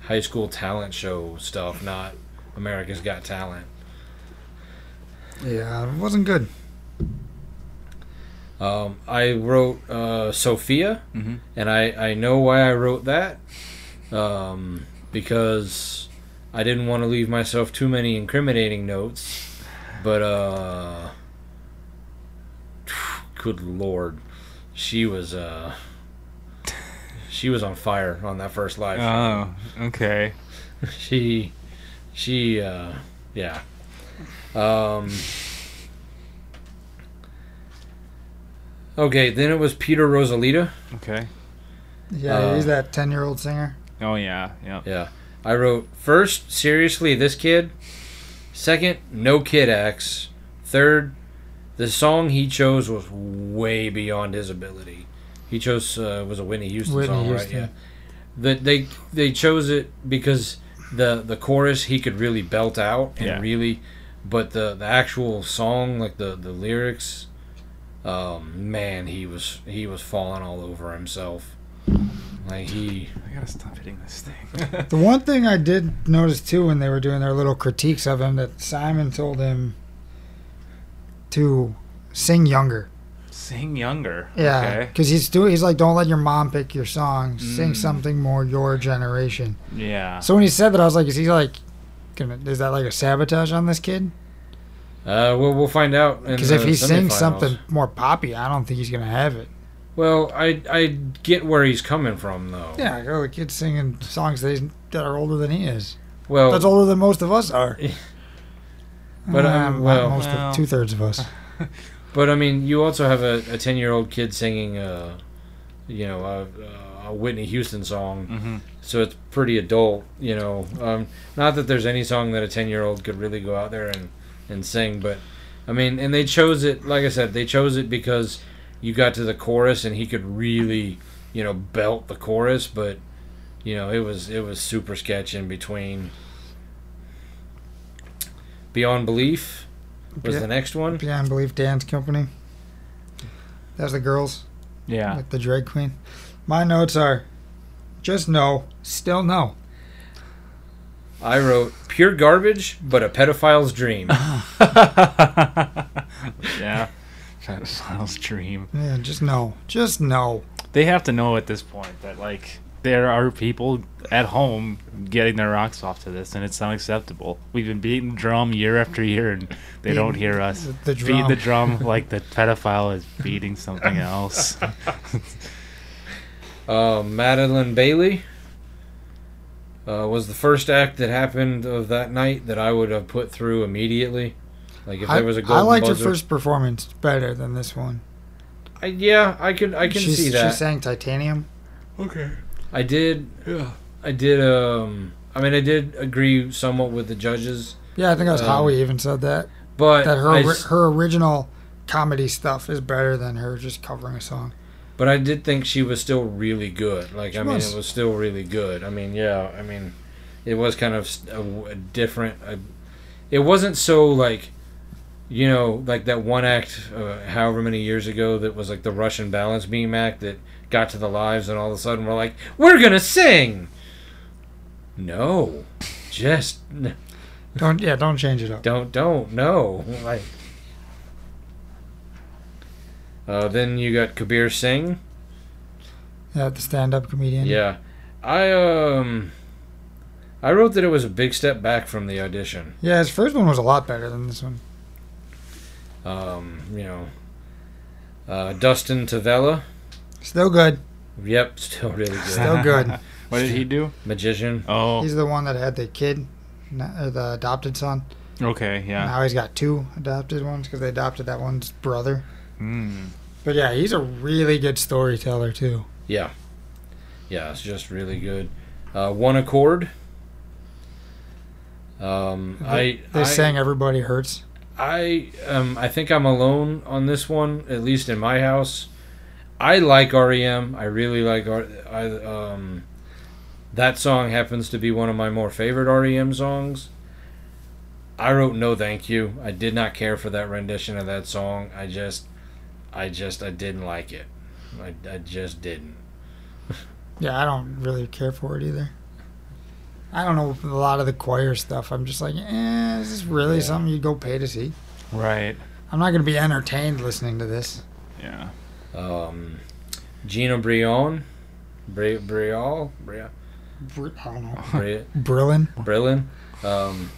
[SPEAKER 3] high school talent show stuff, not America's Got Talent.
[SPEAKER 2] Yeah, it wasn't good.
[SPEAKER 3] Um, I wrote uh, Sophia,
[SPEAKER 1] Mhm.
[SPEAKER 3] and I, I know why I wrote that um, because I didn't want to leave myself too many incriminating notes. But, uh, good lord, she was, uh, she was on fire on that first live.
[SPEAKER 1] Oh, okay.
[SPEAKER 3] She, she, uh, yeah. Um. Okay, then it was Peter Rosalita.
[SPEAKER 1] Okay.
[SPEAKER 2] Yeah,
[SPEAKER 3] Uh,
[SPEAKER 2] he's that ten year old singer.
[SPEAKER 1] Oh yeah. Yeah.
[SPEAKER 3] Yeah, I wrote first, seriously, this kid. Second, no kid acts. Third, the song he chose was way beyond his ability. He chose uh, was a Whitney Houston
[SPEAKER 2] Whitney
[SPEAKER 3] song,
[SPEAKER 2] Houston.
[SPEAKER 3] right? Yeah. That they they chose it because the the chorus he could really belt out and
[SPEAKER 1] Yeah.
[SPEAKER 3] really, but the the actual song like the the lyrics, um, man, he was he was falling all over himself. Like he
[SPEAKER 1] I gotta stop hitting this thing.
[SPEAKER 2] The one thing I did notice too when they were doing their little critiques of him that Simon told him to sing younger.
[SPEAKER 1] Sing younger.
[SPEAKER 2] Yeah,
[SPEAKER 1] Okay.
[SPEAKER 2] because he's doing. He's like, don't let your mom pick your song. Sing
[SPEAKER 1] Mm.
[SPEAKER 2] something more your generation.
[SPEAKER 1] Yeah.
[SPEAKER 2] So when he said that, I was like, is he like? Gonna, is that like a sabotage on this kid?
[SPEAKER 3] Uh, well, we'll find out. in
[SPEAKER 2] Because if
[SPEAKER 3] the
[SPEAKER 2] he sings
[SPEAKER 3] semifinals.
[SPEAKER 2] something more poppy, I don't think he's gonna have it.
[SPEAKER 3] well, I I get where he's coming from though.
[SPEAKER 2] Yeah, like, oh, the kid's singing songs that, he's, that are older than he is.
[SPEAKER 3] Well,
[SPEAKER 2] That's older than most of us are. um,
[SPEAKER 3] But, I mean, Um, well-
[SPEAKER 2] most
[SPEAKER 1] Well.
[SPEAKER 2] of two thirds of us.
[SPEAKER 3] but I mean, you also have a a ten year old kid singing uh, you know, a, a Whitney Houston song,
[SPEAKER 1] Mm-hmm.
[SPEAKER 3] so it's pretty adult. You know, um, not that there's any song that a ten year old could really go out there and and sing, but I mean, and they chose it. Like I said, they chose it because you got to the chorus and he could really, you know, belt the chorus, but. You know, it was it was super sketch in between. Beyond Belief, was
[SPEAKER 2] Yeah.
[SPEAKER 3] the next one.
[SPEAKER 2] Beyond Belief Dance Company. That's the girls,
[SPEAKER 1] Yeah.
[SPEAKER 2] like the drag queen. My notes are just no, still no.
[SPEAKER 3] I wrote pure garbage, but a pedophile's dream.
[SPEAKER 1] yeah. Pedophile's dream.
[SPEAKER 2] Yeah, just no. Just no.
[SPEAKER 1] They have to know at this point that like there are people at home getting their rocks off to this, and it's unacceptable. We've been beating the drum year after year, and they don't hear us.
[SPEAKER 2] The, the
[SPEAKER 1] Beat
[SPEAKER 2] drum.
[SPEAKER 1] the drum like the pedophile is beating something else.
[SPEAKER 3] Uh, Madeline Bailey uh, was the first act that happened of that night that I would have put through immediately. Like if
[SPEAKER 2] I,
[SPEAKER 3] there was a
[SPEAKER 2] I
[SPEAKER 3] golden
[SPEAKER 2] liked
[SPEAKER 3] buzzer.
[SPEAKER 2] her first performance better than this one.
[SPEAKER 3] I, yeah, I could I can
[SPEAKER 2] She's-
[SPEAKER 3] see that.
[SPEAKER 2] She sang Titanium.
[SPEAKER 1] okay.
[SPEAKER 3] I did.
[SPEAKER 1] Yeah.
[SPEAKER 3] I did. Um. I mean, I did agree somewhat with the judges,
[SPEAKER 2] Yeah, I think that was
[SPEAKER 3] Um,
[SPEAKER 2] Howie even said that.
[SPEAKER 3] but
[SPEAKER 2] That her
[SPEAKER 3] I
[SPEAKER 2] ori-
[SPEAKER 3] s-
[SPEAKER 2] her original comedy stuff is better than her just covering a song.
[SPEAKER 3] But I did think she was still really good. Like
[SPEAKER 2] She
[SPEAKER 3] I mean,
[SPEAKER 2] was.
[SPEAKER 3] it was still really good. I mean, yeah. I mean, it was kind of s- a, w- a different. A, it wasn't so like, you know, like that one act, uh, however many years ago, that was like the Russian balance beam act that got to the lives, and all of a sudden we're like, we're gonna sing. No, just n-
[SPEAKER 2] Don't yeah, don't change it up.
[SPEAKER 3] don't don't no. Like, uh, then you got Kabir Singh.
[SPEAKER 2] Yeah, the stand-up comedian.
[SPEAKER 3] Yeah, I um, I wrote that it was a big step back from the audition.
[SPEAKER 2] Yeah, his first one was a lot better than this one.
[SPEAKER 3] Um, you know, uh, Dustin Tavella.
[SPEAKER 2] Still good.
[SPEAKER 3] Yep, still really good.
[SPEAKER 2] Still good.
[SPEAKER 1] What did he do?
[SPEAKER 3] Magician.
[SPEAKER 1] Oh,
[SPEAKER 2] He's the one that had the kid, n- or the adopted son.
[SPEAKER 1] okay, yeah.
[SPEAKER 2] Now he's got two adopted ones because they adopted that one's brother.
[SPEAKER 1] Mm.
[SPEAKER 2] But yeah, he's a really good storyteller too.
[SPEAKER 3] Yeah, it's just really good. Uh, One Accord. Um, I
[SPEAKER 2] They
[SPEAKER 3] I,
[SPEAKER 2] sang "Everybody Hurts."
[SPEAKER 3] I um, I think I'm alone on this one, at least in my house. I like REM. I really like R. I, um, that song happens to be one of my more favorite REM songs. I wrote "No Thank You." I did not care for that rendition of that song. I just, I just, I didn't like it. I, I just didn't.
[SPEAKER 2] Yeah, I don't really care for it either. I don't know a lot of the choir stuff. I'm just like, eh, is this really
[SPEAKER 3] Yeah.
[SPEAKER 2] something you'd go pay to see?
[SPEAKER 1] Right.
[SPEAKER 2] I'm not gonna be entertained listening to this.
[SPEAKER 1] Yeah.
[SPEAKER 3] Um, Gino Brion, Bri- Briol, Bri-
[SPEAKER 2] Br- I don't know.
[SPEAKER 3] Bri-
[SPEAKER 2] Brillin.
[SPEAKER 3] Brillin. Um,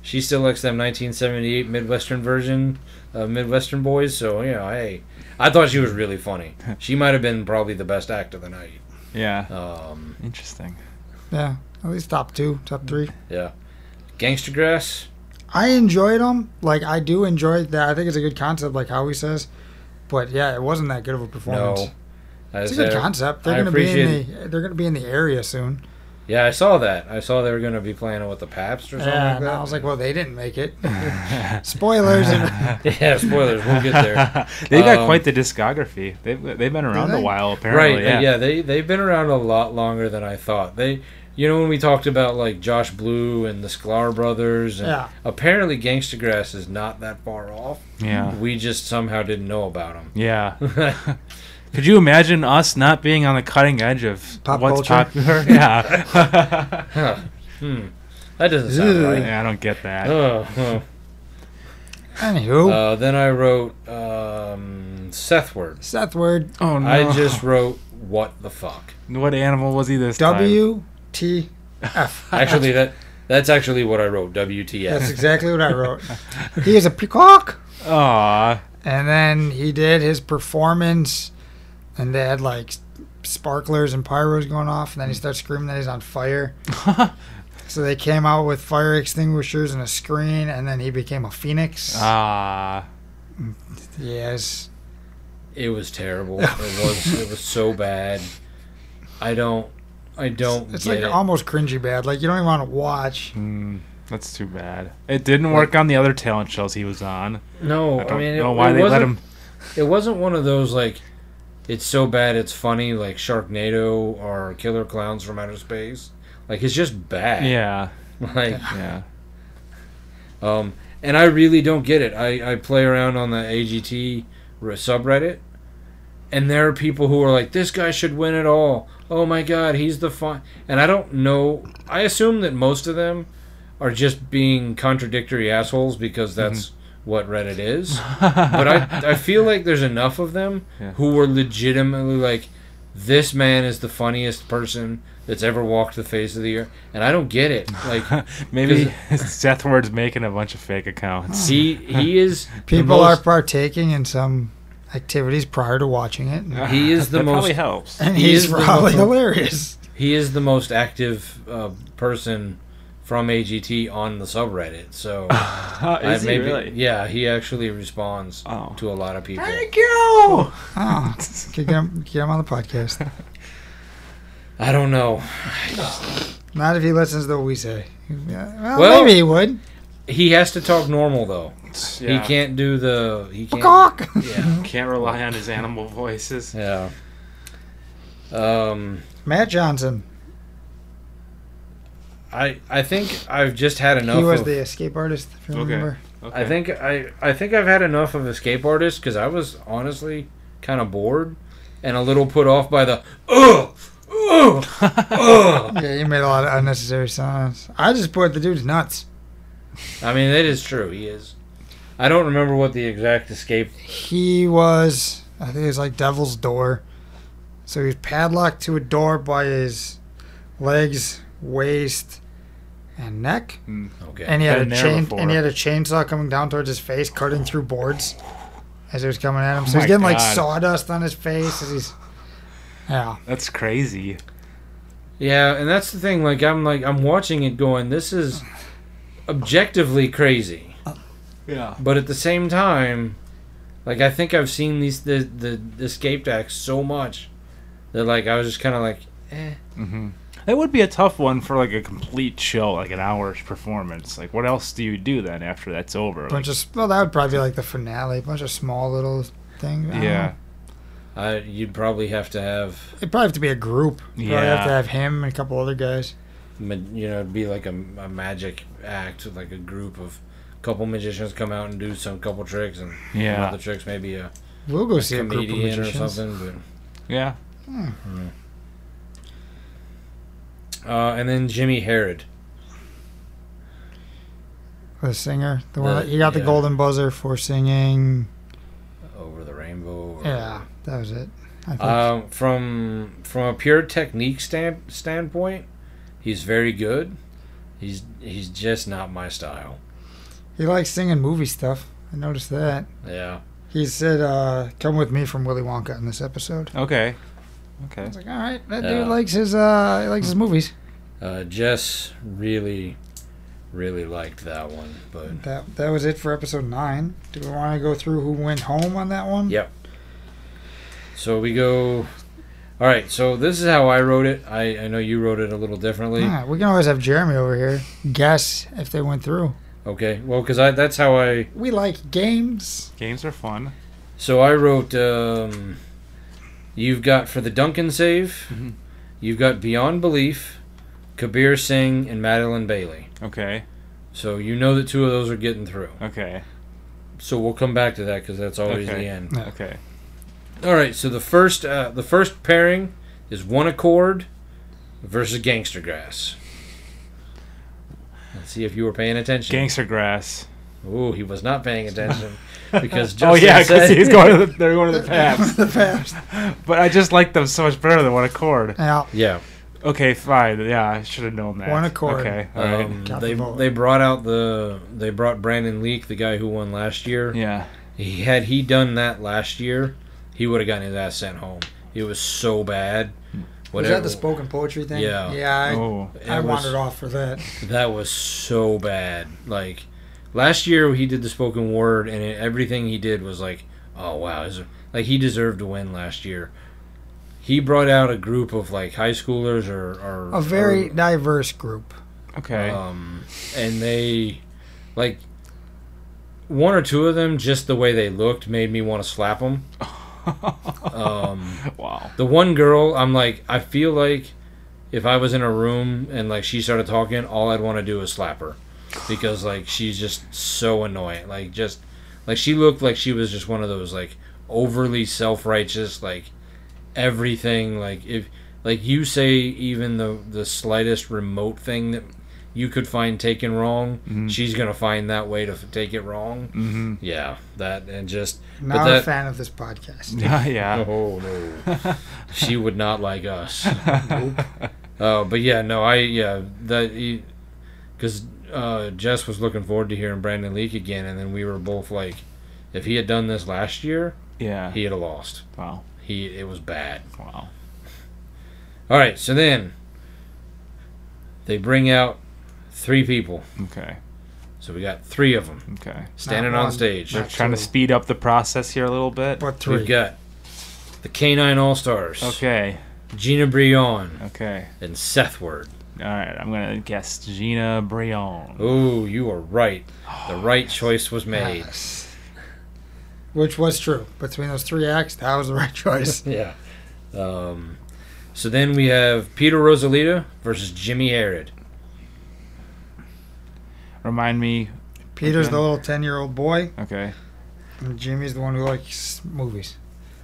[SPEAKER 3] she still likes them 1978 Midwestern version of Midwestern Boys. So you know, hey, I thought she was really funny. She might have been probably the best act of the night.
[SPEAKER 1] Yeah.
[SPEAKER 3] Um,
[SPEAKER 1] Interesting.
[SPEAKER 2] Yeah, at least top two, top three.
[SPEAKER 3] Gangster Grass.
[SPEAKER 2] I enjoyed them. Like I do enjoy that. I think it's a good concept, like Howie says. But yeah, it wasn't that good of a performance.
[SPEAKER 3] No, I
[SPEAKER 2] it's a good
[SPEAKER 3] said-
[SPEAKER 2] concept. They're
[SPEAKER 3] I
[SPEAKER 2] gonna be in
[SPEAKER 3] appreciate-
[SPEAKER 2] the they're gonna be in the area soon.
[SPEAKER 3] Yeah, I saw that. I saw they were going to be playing it with the Paps or something
[SPEAKER 2] Yeah,
[SPEAKER 3] like
[SPEAKER 2] and
[SPEAKER 3] that.
[SPEAKER 2] I was like, well, they didn't make it. Spoilers.
[SPEAKER 3] yeah, spoilers. We'll get there.
[SPEAKER 1] They've got
[SPEAKER 3] Um,
[SPEAKER 1] quite the discography. They've they've been around a
[SPEAKER 2] they?
[SPEAKER 1] while
[SPEAKER 3] right?
[SPEAKER 1] apparently.
[SPEAKER 3] uh, Yeah.
[SPEAKER 1] Yeah.
[SPEAKER 3] They they've been around a lot longer than I thought. They, you know, when we talked about like Josh Blue and the Sklar brothers, and
[SPEAKER 2] Yeah.
[SPEAKER 3] apparently Gangsta Grass is not that far off.
[SPEAKER 1] Yeah.
[SPEAKER 3] We just somehow didn't know about them.
[SPEAKER 1] Yeah. Could you imagine us not being on the cutting edge of
[SPEAKER 2] Pop
[SPEAKER 1] what's
[SPEAKER 2] culture?
[SPEAKER 1] popular? Yeah.
[SPEAKER 3] hmm. That doesn't sound right.
[SPEAKER 1] yeah. I don't get that.
[SPEAKER 3] Oh, huh.
[SPEAKER 2] Anywho,
[SPEAKER 3] Uh, then I wrote um, Seth Word.
[SPEAKER 2] Seth Word.
[SPEAKER 1] Oh no.
[SPEAKER 3] I just wrote what the fuck.
[SPEAKER 1] What animal was he this time?
[SPEAKER 2] W T F.
[SPEAKER 3] Actually, that that's actually what I wrote. WTF.
[SPEAKER 2] That's exactly what I wrote. He is a peacock.
[SPEAKER 1] Aw.
[SPEAKER 2] And then he did his performance, and they had like sparklers and pyros going off, and
[SPEAKER 3] Hmm.
[SPEAKER 2] then he starts screaming that he's on fire. So they came out with fire extinguishers and a screen, and then he became a phoenix.
[SPEAKER 1] Ah.
[SPEAKER 2] yes.
[SPEAKER 3] It was terrible. It was it was so bad. I don't I don't
[SPEAKER 2] It's
[SPEAKER 3] get
[SPEAKER 2] like
[SPEAKER 3] it.
[SPEAKER 2] almost cringy bad. Like you don't even want to watch.
[SPEAKER 1] Hmm. that's too bad. It didn't work on the other talent shows he was on.
[SPEAKER 3] no,
[SPEAKER 1] I
[SPEAKER 3] Oh, I,
[SPEAKER 1] don't
[SPEAKER 3] mean it,
[SPEAKER 1] know why
[SPEAKER 3] it
[SPEAKER 1] they let
[SPEAKER 3] wasn't-
[SPEAKER 1] him.
[SPEAKER 3] It wasn't one of those like it's so bad it's funny like Sharknado or Killer Clowns from Outer Space. Like it's just bad.
[SPEAKER 1] Yeah.
[SPEAKER 3] Like
[SPEAKER 1] Yeah.
[SPEAKER 3] um and I really don't get it. I I play around on the AGT re- subreddit and there are people who are like this guy should win it all. Oh my god, he's the fun. And I don't know. I assume that most of them are just being contradictory assholes because that's what Reddit is. but I, I feel like there's enough of them
[SPEAKER 1] Yeah.
[SPEAKER 3] who were legitimately like, this man is the funniest person that's ever walked the face of the earth, and I don't get it. Like
[SPEAKER 1] Maybe Seth Ward's making a bunch of fake accounts.
[SPEAKER 3] he he is the
[SPEAKER 2] People are
[SPEAKER 3] most-
[SPEAKER 2] partaking in some activities prior to watching it, and,
[SPEAKER 3] he is the
[SPEAKER 1] that probably
[SPEAKER 3] most
[SPEAKER 1] helps.
[SPEAKER 2] and
[SPEAKER 3] He
[SPEAKER 2] he's
[SPEAKER 3] is the
[SPEAKER 2] probably
[SPEAKER 3] most-
[SPEAKER 2] hilarious.
[SPEAKER 3] he is the most active uh, person from AGT on the subreddit. So I
[SPEAKER 1] Is he really?
[SPEAKER 3] yeah, he actually responds
[SPEAKER 1] Oh.
[SPEAKER 3] to a lot of people.
[SPEAKER 1] Thank you.
[SPEAKER 2] Oh, get him, get him on the podcast.
[SPEAKER 3] I don't know.
[SPEAKER 2] Not if he listens to what we say. Yeah, Well,
[SPEAKER 3] Well-
[SPEAKER 2] maybe he would.
[SPEAKER 3] He has to talk normal though.
[SPEAKER 1] Yeah.
[SPEAKER 3] He can't do the he can't.
[SPEAKER 2] Peacock.
[SPEAKER 3] Yeah.
[SPEAKER 1] Can't rely on his animal voices.
[SPEAKER 3] Yeah. Um,
[SPEAKER 2] Matt Johnson.
[SPEAKER 3] I I think I've just had enough.
[SPEAKER 2] He was
[SPEAKER 3] of,
[SPEAKER 2] the escape artist, if you
[SPEAKER 1] Okay.
[SPEAKER 2] remember.
[SPEAKER 1] Okay.
[SPEAKER 3] I think I I think I've had enough of escape artists because I was honestly kind of bored and a little put off by the oh oh oh.
[SPEAKER 2] Yeah, he made a lot of unnecessary sounds. I just put the dude's nuts.
[SPEAKER 3] I mean that is true. He is. I don't remember what the exact escape.
[SPEAKER 2] He was, I think it was like Devil's Door. So he was padlocked to a door by his legs, waist, and neck.
[SPEAKER 3] Okay.
[SPEAKER 2] And he had
[SPEAKER 1] Been
[SPEAKER 2] a
[SPEAKER 1] there
[SPEAKER 2] chain,
[SPEAKER 1] before.
[SPEAKER 2] and he had a chainsaw coming down towards his face, cutting through boards as it was coming at him. So
[SPEAKER 1] Oh my
[SPEAKER 2] he's getting like
[SPEAKER 1] God.
[SPEAKER 2] sawdust on his face as he's, yeah.
[SPEAKER 1] That's crazy.
[SPEAKER 3] yeah, and that's the thing. Like I'm like I'm watching it going. This is objectively crazy.
[SPEAKER 1] Yeah.
[SPEAKER 3] But at the same time, like I think I've seen these the the, the escape decks so much that like I was just kind of like, eh.
[SPEAKER 1] hmm That would be a tough one for like a complete show, like an hour's performance. Like, what else do you do then after that's over? Like,
[SPEAKER 2] bunch of well, that would probably be like the finale. A bunch of small little things. I don't
[SPEAKER 1] yeah.
[SPEAKER 2] know.
[SPEAKER 3] I you'd probably have to have
[SPEAKER 2] it'd probably have to be a group. Probably have
[SPEAKER 1] Yeah.
[SPEAKER 2] to have him and a couple other guys.
[SPEAKER 3] ma- you know it'd be like a, a magic act like a group of couple magicians come out and do some couple tricks and one of
[SPEAKER 1] Yeah.
[SPEAKER 3] the tricks maybe a
[SPEAKER 2] We'll go see a group of
[SPEAKER 3] comedian or
[SPEAKER 2] magicians.
[SPEAKER 3] something.
[SPEAKER 1] Yeah.
[SPEAKER 3] But uh, and then Jimmy Herod.
[SPEAKER 2] The singer, the one
[SPEAKER 3] Uh,
[SPEAKER 2] that, he got the
[SPEAKER 3] yeah.
[SPEAKER 2] golden buzzer for singing.
[SPEAKER 3] Over the rainbow. Or
[SPEAKER 2] Yeah. That was it. I think.
[SPEAKER 3] Um, from from a pure technique stand, standpoint, he's very good. He's he's just not my style.
[SPEAKER 2] he likes singing movie stuff. I noticed that.
[SPEAKER 3] Yeah.
[SPEAKER 2] He said, uh, "Come with me" from Willy Wonka in this episode.
[SPEAKER 1] Okay.
[SPEAKER 2] I
[SPEAKER 1] Okay.
[SPEAKER 2] was like, "All right, that
[SPEAKER 3] Yeah.
[SPEAKER 2] dude likes his uh, he likes his movies."
[SPEAKER 3] Uh, Jess really really liked that one, but
[SPEAKER 2] That that was it for episode nine. Do we want to go through who went home on that one?
[SPEAKER 3] Yeah. so we go. All right, so this is how I wrote it. I, I know you wrote it a little differently.
[SPEAKER 2] Yeah, we can always have Jeremy over here guess if they went through.
[SPEAKER 3] Okay, well, because I that's how I.
[SPEAKER 2] We like games.
[SPEAKER 1] Games are fun.
[SPEAKER 3] So I wrote. Um, you've got for the Duncan save.
[SPEAKER 1] Mhm.
[SPEAKER 3] You've got Beyond Belief, Kabir Singh, and Madeline Bailey.
[SPEAKER 1] Okay.
[SPEAKER 3] So you know that two of those are getting through.
[SPEAKER 1] Okay.
[SPEAKER 3] So we'll come back to that because that's always
[SPEAKER 1] Okay.
[SPEAKER 3] the end.
[SPEAKER 2] Yeah.
[SPEAKER 1] Okay.
[SPEAKER 3] All right, so the first uh, the first pairing is One Accord versus Gangster Grass. Let's see if you were paying attention.
[SPEAKER 1] Gangster Grass.
[SPEAKER 3] oh, he was not paying attention because Justin
[SPEAKER 1] oh yeah, because
[SPEAKER 3] said
[SPEAKER 1] he's going. To the, they're going to the Pabs.
[SPEAKER 2] the Pabst.
[SPEAKER 1] But I just like them so much better than One Accord.
[SPEAKER 2] Yeah.
[SPEAKER 3] yeah.
[SPEAKER 1] Okay, fine. Yeah, I should have known that.
[SPEAKER 2] One Accord. Uh,
[SPEAKER 1] Okay. All right.
[SPEAKER 3] Um,
[SPEAKER 2] Count
[SPEAKER 3] they
[SPEAKER 2] them all.
[SPEAKER 3] they brought out the they brought Brandon Leak, the guy who won last year.
[SPEAKER 1] yeah.
[SPEAKER 3] He had he done that last year, he would have gotten his ass sent home. It was so bad.
[SPEAKER 2] Was
[SPEAKER 3] Whatever.
[SPEAKER 2] that the spoken poetry thing?
[SPEAKER 3] Yeah.
[SPEAKER 2] Yeah. I,
[SPEAKER 1] oh.
[SPEAKER 2] I
[SPEAKER 3] It was-
[SPEAKER 2] wandered off for that.
[SPEAKER 3] That was so bad. Like last year, he did the spoken word, and it, everything he did was like, oh wow, is like he deserved to win last year. He brought out a group of like high schoolers or, or
[SPEAKER 2] A very
[SPEAKER 3] or,
[SPEAKER 2] diverse group.
[SPEAKER 1] Okay.
[SPEAKER 3] um, and they like one or two of them just the way they looked made me want to slap them.
[SPEAKER 2] Uh,
[SPEAKER 3] Um,
[SPEAKER 1] wow.
[SPEAKER 3] the one girl, I'm like, I feel like if I was in a room and like she started talking, all I'd want to do is slap her because like she's just so annoying. Like just like she looked like she was just one of those like overly self righteous like everything like if like you say even the the slightest remote thing that you could find taken wrong she's gonna find that way to f- take it wrong
[SPEAKER 1] Mm-hmm.
[SPEAKER 3] yeah that and just
[SPEAKER 2] Not a
[SPEAKER 3] that-
[SPEAKER 2] fan of this podcast.
[SPEAKER 1] Yeah. yeah.
[SPEAKER 3] Oh no, she would not like us. Uh, but yeah, no, I yeah that because uh, Jess was looking forward to hearing Brandon Leak again, and then we were both like, if he had done this last year,
[SPEAKER 1] yeah.
[SPEAKER 3] he'd have lost.
[SPEAKER 1] Wow.
[SPEAKER 3] He it was bad.
[SPEAKER 1] Wow.
[SPEAKER 3] All right, so then they bring out three people,
[SPEAKER 1] Okay.
[SPEAKER 3] so we got three of them
[SPEAKER 1] Okay.
[SPEAKER 3] standing
[SPEAKER 2] Not
[SPEAKER 3] on
[SPEAKER 2] one,
[SPEAKER 3] stage.
[SPEAKER 1] They're
[SPEAKER 2] not
[SPEAKER 1] trying to
[SPEAKER 2] two.
[SPEAKER 1] speed up the process here a little bit.
[SPEAKER 2] But three.
[SPEAKER 3] We've got the Canine All Stars,
[SPEAKER 1] Okay.
[SPEAKER 3] Gina Brion,
[SPEAKER 1] Okay.
[SPEAKER 3] and Seth Word.
[SPEAKER 1] All right. I'm gonna guess Gina Brion.
[SPEAKER 3] Oh, you are right. The right choice was made.
[SPEAKER 2] Yes. Which was true. Between those three acts, that was the right choice.
[SPEAKER 3] Yeah. Um, so then we have Peter Rosalita versus Jimmy Herod.
[SPEAKER 1] Remind me.
[SPEAKER 2] Peter's
[SPEAKER 1] Okay.
[SPEAKER 2] the little 10 year old boy,
[SPEAKER 1] Okay.
[SPEAKER 2] and Jimmy's the one who likes movies.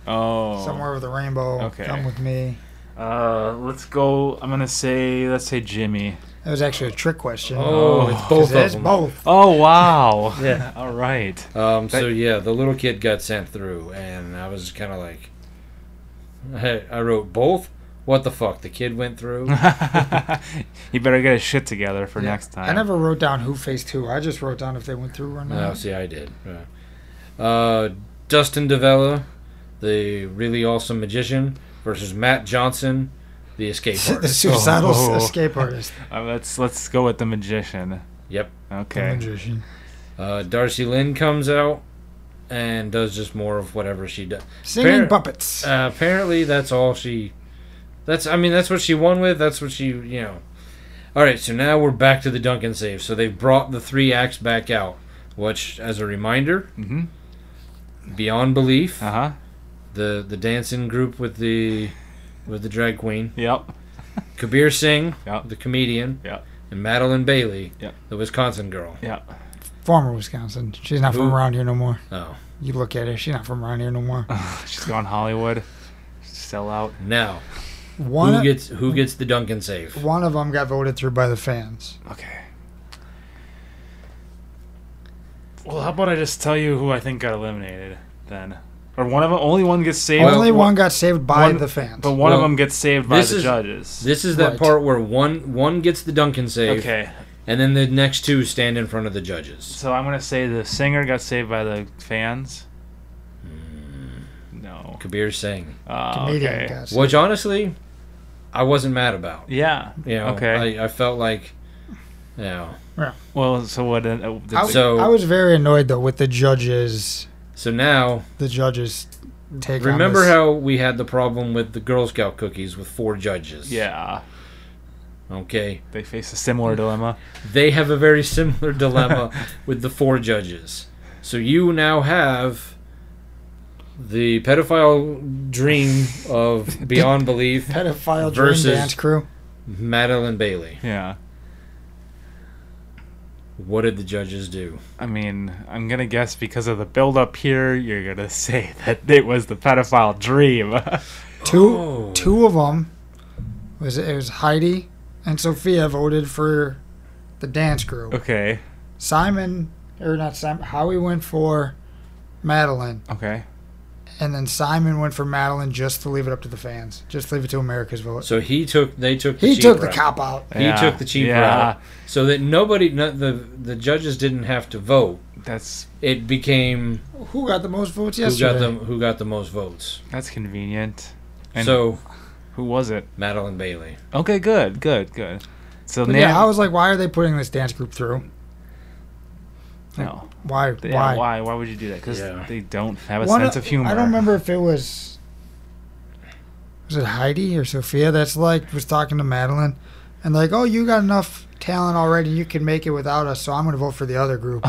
[SPEAKER 1] Oh.
[SPEAKER 2] Somewhere with a rainbow.
[SPEAKER 1] Okay.
[SPEAKER 2] Come with me.
[SPEAKER 1] Uh, let's go. I'm gonna say. Let's say Jimmy.
[SPEAKER 2] That was actually a trick question.
[SPEAKER 3] Oh,
[SPEAKER 1] Oh,
[SPEAKER 3] it's
[SPEAKER 2] 'Cause
[SPEAKER 3] both of
[SPEAKER 2] that's
[SPEAKER 3] them.
[SPEAKER 2] both.
[SPEAKER 1] Oh wow.
[SPEAKER 3] Yeah.
[SPEAKER 1] All right.
[SPEAKER 3] Um, so yeah, the little kid got sent through, and I was kind of like, I, I wrote both. What the fuck? The kid went through.
[SPEAKER 1] you better get his shit together for
[SPEAKER 2] Yeah.
[SPEAKER 1] next time.
[SPEAKER 2] I never wrote down who faced who. I just wrote down if they went through or
[SPEAKER 3] no,
[SPEAKER 2] not.
[SPEAKER 3] Oh, see, I did. Uh, uh, Dustin Devella, the really awesome magician, versus Matt Johnson, the escape
[SPEAKER 2] the
[SPEAKER 3] artist.
[SPEAKER 2] suicidal
[SPEAKER 1] Oh.
[SPEAKER 2] escape artist.
[SPEAKER 1] Uh, let's let's go with the magician.
[SPEAKER 3] Yep.
[SPEAKER 2] The
[SPEAKER 1] Okay.
[SPEAKER 2] magician.
[SPEAKER 3] Uh, Darcy Lynn comes out and does just more of whatever she does.
[SPEAKER 2] Singing
[SPEAKER 3] Fair-
[SPEAKER 2] puppets.
[SPEAKER 3] Uh, apparently, that's all she. That's I mean that's what she won with. That's what she you know. All right, so now we're back to the Duncan save. So they've brought the three acts back out, which, as a reminder,
[SPEAKER 1] Mm-hmm.
[SPEAKER 3] Beyond Belief,
[SPEAKER 1] Uh huh.
[SPEAKER 3] the the dancing group with the with the drag queen,
[SPEAKER 1] Yep.
[SPEAKER 3] Kabir Singh,
[SPEAKER 1] Yep.
[SPEAKER 3] the comedian,
[SPEAKER 1] Yep.
[SPEAKER 3] and Madeline Bailey,
[SPEAKER 1] Yep.
[SPEAKER 3] the Wisconsin girl.
[SPEAKER 1] Yep.
[SPEAKER 2] Former Wisconsin. She's not from
[SPEAKER 3] Who-
[SPEAKER 2] around here no more.
[SPEAKER 3] Oh,
[SPEAKER 2] You look at her. She's not from around here no more.
[SPEAKER 1] She's gone Hollywood. Sell out.
[SPEAKER 3] now
[SPEAKER 2] One
[SPEAKER 3] who
[SPEAKER 2] of,
[SPEAKER 3] gets who gets the Duncan save?
[SPEAKER 2] one of them got voted through by the fans.
[SPEAKER 1] Okay. Well, how about I just tell you who I think got eliminated then? or one of them. Only one gets saved.
[SPEAKER 3] Well,
[SPEAKER 2] Only
[SPEAKER 1] wh-
[SPEAKER 2] one got saved by
[SPEAKER 1] one-
[SPEAKER 2] the fans.
[SPEAKER 1] but one of
[SPEAKER 3] Well,
[SPEAKER 1] them gets saved by
[SPEAKER 3] this
[SPEAKER 1] the
[SPEAKER 3] is-
[SPEAKER 1] judges.
[SPEAKER 3] This is that
[SPEAKER 2] Right.
[SPEAKER 3] part where one one gets the Duncan save,
[SPEAKER 1] okay,
[SPEAKER 3] and then the next two stand in front of the judges.
[SPEAKER 1] so I'm gonna say the singer got saved by the fans. No.
[SPEAKER 3] Kabir Singh,
[SPEAKER 1] Uh,
[SPEAKER 2] Comedian
[SPEAKER 1] okay.
[SPEAKER 2] got saved.
[SPEAKER 3] which honestly, I wasn't mad about.
[SPEAKER 1] Yeah.
[SPEAKER 3] You know,
[SPEAKER 1] Okay.
[SPEAKER 3] I, I felt like, you know,
[SPEAKER 1] Well, so what? Uh, uh, did
[SPEAKER 2] I,
[SPEAKER 1] they-
[SPEAKER 3] so-
[SPEAKER 2] I was very annoyed though with the judges.
[SPEAKER 3] so now
[SPEAKER 2] The judges take. on
[SPEAKER 3] Remember
[SPEAKER 2] this.
[SPEAKER 3] how we had the problem with the Girl Scout cookies with four judges?
[SPEAKER 1] yeah,
[SPEAKER 3] Okay.
[SPEAKER 1] they face a similar dilemma.
[SPEAKER 3] They have a very similar dilemma with the four judges. So you now have the pedophile dream of Beyond Belief,
[SPEAKER 2] pedophile
[SPEAKER 3] Versus-
[SPEAKER 2] dream dance crew?
[SPEAKER 3] Madeline Bailey.
[SPEAKER 1] Yeah.
[SPEAKER 3] What did the judges do?
[SPEAKER 1] I mean, I'm gonna guess because of the build-up here, you're gonna say that it was the pedophile dream.
[SPEAKER 2] Two
[SPEAKER 3] Oh.
[SPEAKER 2] two of them was it was Heidi and Sophia voted for the dance crew.
[SPEAKER 1] okay.
[SPEAKER 2] Simon or not Simon Howie went for Madeline
[SPEAKER 1] Okay.
[SPEAKER 2] and then Simon went for Madeline just to leave it up to the fans. Just leave it to America's vote.
[SPEAKER 3] So he took. They took. The
[SPEAKER 2] He
[SPEAKER 3] cheap
[SPEAKER 2] took the
[SPEAKER 3] route.
[SPEAKER 2] cop out.
[SPEAKER 3] He
[SPEAKER 1] Yeah,
[SPEAKER 3] took the cheap
[SPEAKER 1] yeah.
[SPEAKER 3] route, so that nobody, no, the the judges didn't have to vote.
[SPEAKER 1] That's
[SPEAKER 3] It became
[SPEAKER 2] Who got the most votes
[SPEAKER 3] who
[SPEAKER 2] yesterday?
[SPEAKER 3] got the who got the most votes.
[SPEAKER 1] that's convenient. And
[SPEAKER 3] so
[SPEAKER 1] who was it?
[SPEAKER 3] Madeline Bailey.
[SPEAKER 1] Okay, good, good, good. So
[SPEAKER 2] But
[SPEAKER 1] now,
[SPEAKER 2] yeah, I was like, why are they putting this dance group through?
[SPEAKER 1] no,
[SPEAKER 2] Why?
[SPEAKER 1] Yeah,
[SPEAKER 2] why?
[SPEAKER 1] why? why? would you do that? Because
[SPEAKER 3] Yeah.
[SPEAKER 1] they don't have a
[SPEAKER 2] One
[SPEAKER 1] sense
[SPEAKER 2] of-
[SPEAKER 1] of humor.
[SPEAKER 2] I don't remember if it was was it Heidi or Sophia that's like was talking to Madeline and like, oh, you got enough talent already, you can make it without us, so I'm gonna vote for the other group.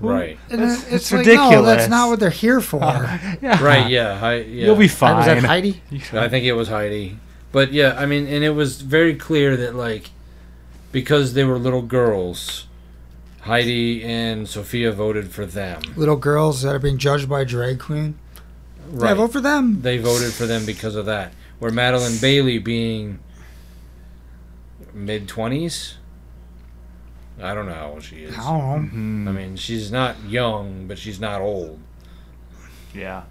[SPEAKER 3] Right.
[SPEAKER 2] And
[SPEAKER 1] That's-
[SPEAKER 2] it- it's,
[SPEAKER 1] that's
[SPEAKER 2] like, No,
[SPEAKER 1] ridiculous.
[SPEAKER 2] that's not what they're here for.
[SPEAKER 1] yeah.
[SPEAKER 3] Right. Yeah. I, yeah.
[SPEAKER 1] You'll be
[SPEAKER 2] That- Was that
[SPEAKER 1] fine.
[SPEAKER 2] Heidi?
[SPEAKER 3] I think it was Heidi, but yeah. I mean, and it was very clear that like because they were little girls, Heidi and Sophia voted for them.
[SPEAKER 2] Little girls that are being judged by a drag queen. Yeah, vote for them.
[SPEAKER 3] They voted for them because of that. Where Madeline Bailey being mid twenties. I don't know how old she is.
[SPEAKER 2] I don't know.
[SPEAKER 3] I
[SPEAKER 1] Mhm,
[SPEAKER 3] mean, she's not young, but she's not old.
[SPEAKER 1] yeah.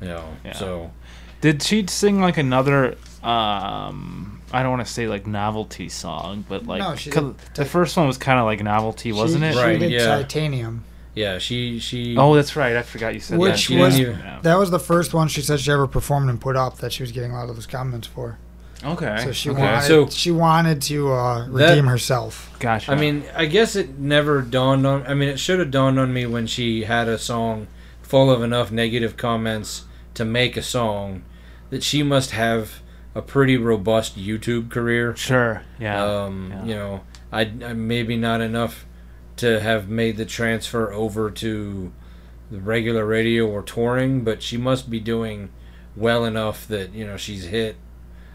[SPEAKER 3] You know.
[SPEAKER 1] Yeah.
[SPEAKER 3] So
[SPEAKER 1] Did she sing like another? um I don't want to say like novelty song, but like
[SPEAKER 2] No, she
[SPEAKER 1] 'cause the first one was kind of like novelty, wasn't
[SPEAKER 2] she,
[SPEAKER 1] it?
[SPEAKER 2] She
[SPEAKER 3] Right,
[SPEAKER 2] did
[SPEAKER 3] yeah.
[SPEAKER 2] Titanium.
[SPEAKER 3] yeah, she she.
[SPEAKER 1] Oh, that's right. I forgot you said
[SPEAKER 2] Which
[SPEAKER 1] that.
[SPEAKER 3] was-
[SPEAKER 1] Yeah, she didn't even-
[SPEAKER 2] That was the first one she said she ever performed and put up that she was getting a lot of those comments for.
[SPEAKER 1] yeah. Okay.
[SPEAKER 2] So she
[SPEAKER 1] okay.
[SPEAKER 2] wanted
[SPEAKER 3] So-
[SPEAKER 2] she wanted to uh,
[SPEAKER 3] That-
[SPEAKER 2] redeem herself.
[SPEAKER 1] Gotcha.
[SPEAKER 3] I mean, I guess it never dawned on. I mean, it should have dawned on me when she had a song full of enough negative comments to make a song that she must have a pretty robust YouTube career.
[SPEAKER 1] sure. Yeah.
[SPEAKER 3] um,
[SPEAKER 1] yeah.
[SPEAKER 3] you know, I, I maybe not enough to have made the transfer over to the regular radio or touring, but she must be doing well enough that you know she's hit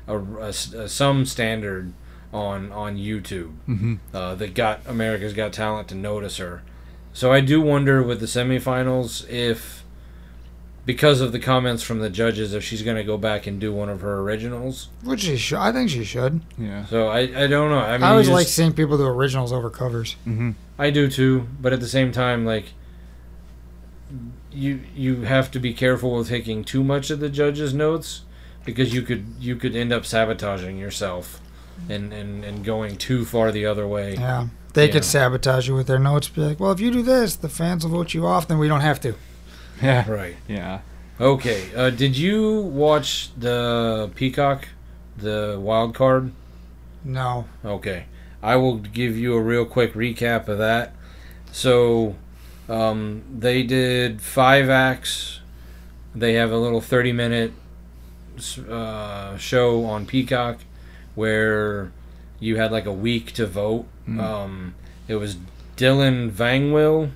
[SPEAKER 3] a, a s- a- some standard on on YouTube
[SPEAKER 1] Mhm.
[SPEAKER 3] uh, that got America's Got Talent to notice her. So I do wonder with the semifinals if. Because of the comments from the judges, if she's going to go back and do one of her originals,
[SPEAKER 2] Which she should. I think she should.
[SPEAKER 1] yeah.
[SPEAKER 3] so I, I don't know. I, mean,
[SPEAKER 2] I always
[SPEAKER 3] you
[SPEAKER 2] like
[SPEAKER 3] just-
[SPEAKER 2] seeing people do originals over covers.
[SPEAKER 1] hmm
[SPEAKER 3] I do too, but at the same time, like you you have to be careful with taking too much of the judge's notes because you could you could end up sabotaging yourself and and, and going too far the other way.
[SPEAKER 2] Yeah. They
[SPEAKER 3] Yeah.
[SPEAKER 2] could sabotage you with their notes. Be like, well, if you do this, the fans will vote you off. Then we don't have to.
[SPEAKER 1] Yeah.
[SPEAKER 3] Right.
[SPEAKER 1] Yeah.
[SPEAKER 3] Okay. Uh, did you watch the Peacock, the wild card?
[SPEAKER 2] No.
[SPEAKER 3] Okay. I will give you a real quick recap of that. So, um, they did five acts. They have a little 30 minute uh, show on Peacock where you had like a week to vote. Um, it was Dylan Vangwill,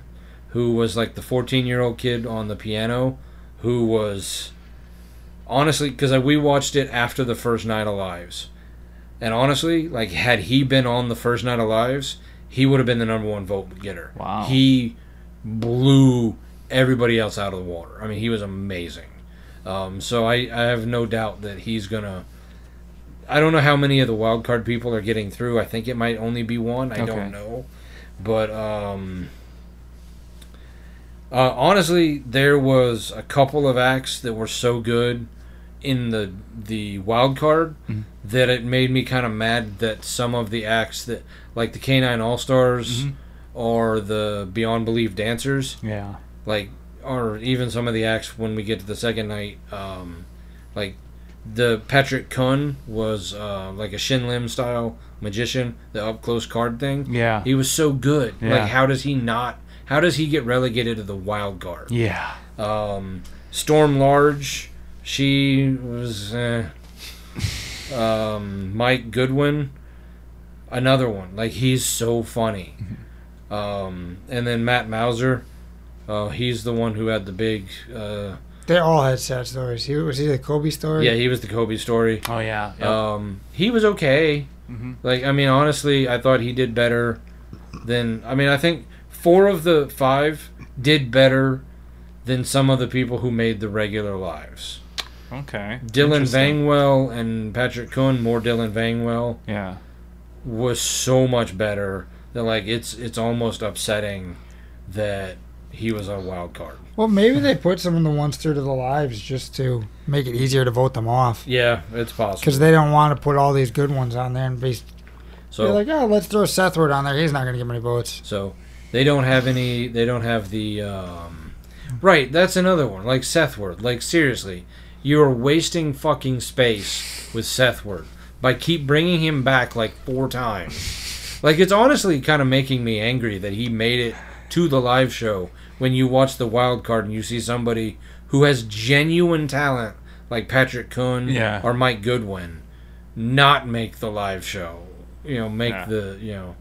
[SPEAKER 3] who was like the 14 year old kid on the piano, who was honestly, because we watched it after the first Night Alive's. And honestly, like had he been on the first night of lives, he would have been the number one vote getter.
[SPEAKER 1] Wow.
[SPEAKER 3] He blew everybody else out of the water. I mean, he was amazing. Um, so I, I have no doubt that he's gonna. I don't know how many of the wild card people are getting through. I think it might only be one. I
[SPEAKER 1] Okay.
[SPEAKER 3] don't know, but um, Uh, honestly, there was a couple of acts that were so good in the the wild card
[SPEAKER 1] Mhm.
[SPEAKER 3] that it made me kind of mad that some of the acts that like the Canine All Stars
[SPEAKER 1] Mhm.
[SPEAKER 3] or the Beyond Belief Dancers,
[SPEAKER 1] Yeah.
[SPEAKER 3] like or even some of the acts when we get to the second night, um, like the Patrick Kun was uh, like a Shin Lim style magician, the up close card thing.
[SPEAKER 1] Yeah.
[SPEAKER 3] He was so good.
[SPEAKER 1] Yeah.
[SPEAKER 3] Like, how does he not? How does he get relegated to the wild card?
[SPEAKER 1] Yeah.
[SPEAKER 3] Um, Storm Large, she was. Eh. Um, Mike Goodwin, another one. Like he's so funny. Um, and then Matt Mauser, uh, he's the one who had the big. Uh,
[SPEAKER 2] They all had sad stories. He was he the Kobe story.
[SPEAKER 3] yeah, he was the Kobe story.
[SPEAKER 1] Oh yeah. Yep.
[SPEAKER 3] Um, he was okay.
[SPEAKER 1] Mhm.
[SPEAKER 3] Like, I mean, honestly, I thought he did better than. I mean, I think four of the five did better than some of the people who made the regular lives.
[SPEAKER 1] okay.
[SPEAKER 3] Dylan
[SPEAKER 1] Interesting.
[SPEAKER 3] Vangwell and Patrick Kuhn, more Dylan Vangwell,
[SPEAKER 1] Yeah.
[SPEAKER 3] was so much better that like it's it's almost upsetting that he was a wild card.
[SPEAKER 2] Well, maybe they put some of the ones through to the lives just to make it easier to vote them off
[SPEAKER 3] Yeah, it's possible.
[SPEAKER 2] because they don't want to put all these good ones on there and be
[SPEAKER 3] So
[SPEAKER 2] they're like, oh, let's throw Sethward on there. He's not gonna get many votes.
[SPEAKER 3] So they don't have any. They don't have the. Um, right, that's another one. Like Sethward. Like seriously, you are wasting fucking space with Sethward by keep bringing him back like four times. Like it's honestly kind of making me angry that he made it to the live show when you watch the wild card and you see somebody who has genuine talent like Patrick Kuhn
[SPEAKER 1] Yeah.
[SPEAKER 3] or Mike Goodwin not make the live show. You know, make
[SPEAKER 1] Yeah.
[SPEAKER 3] the you know.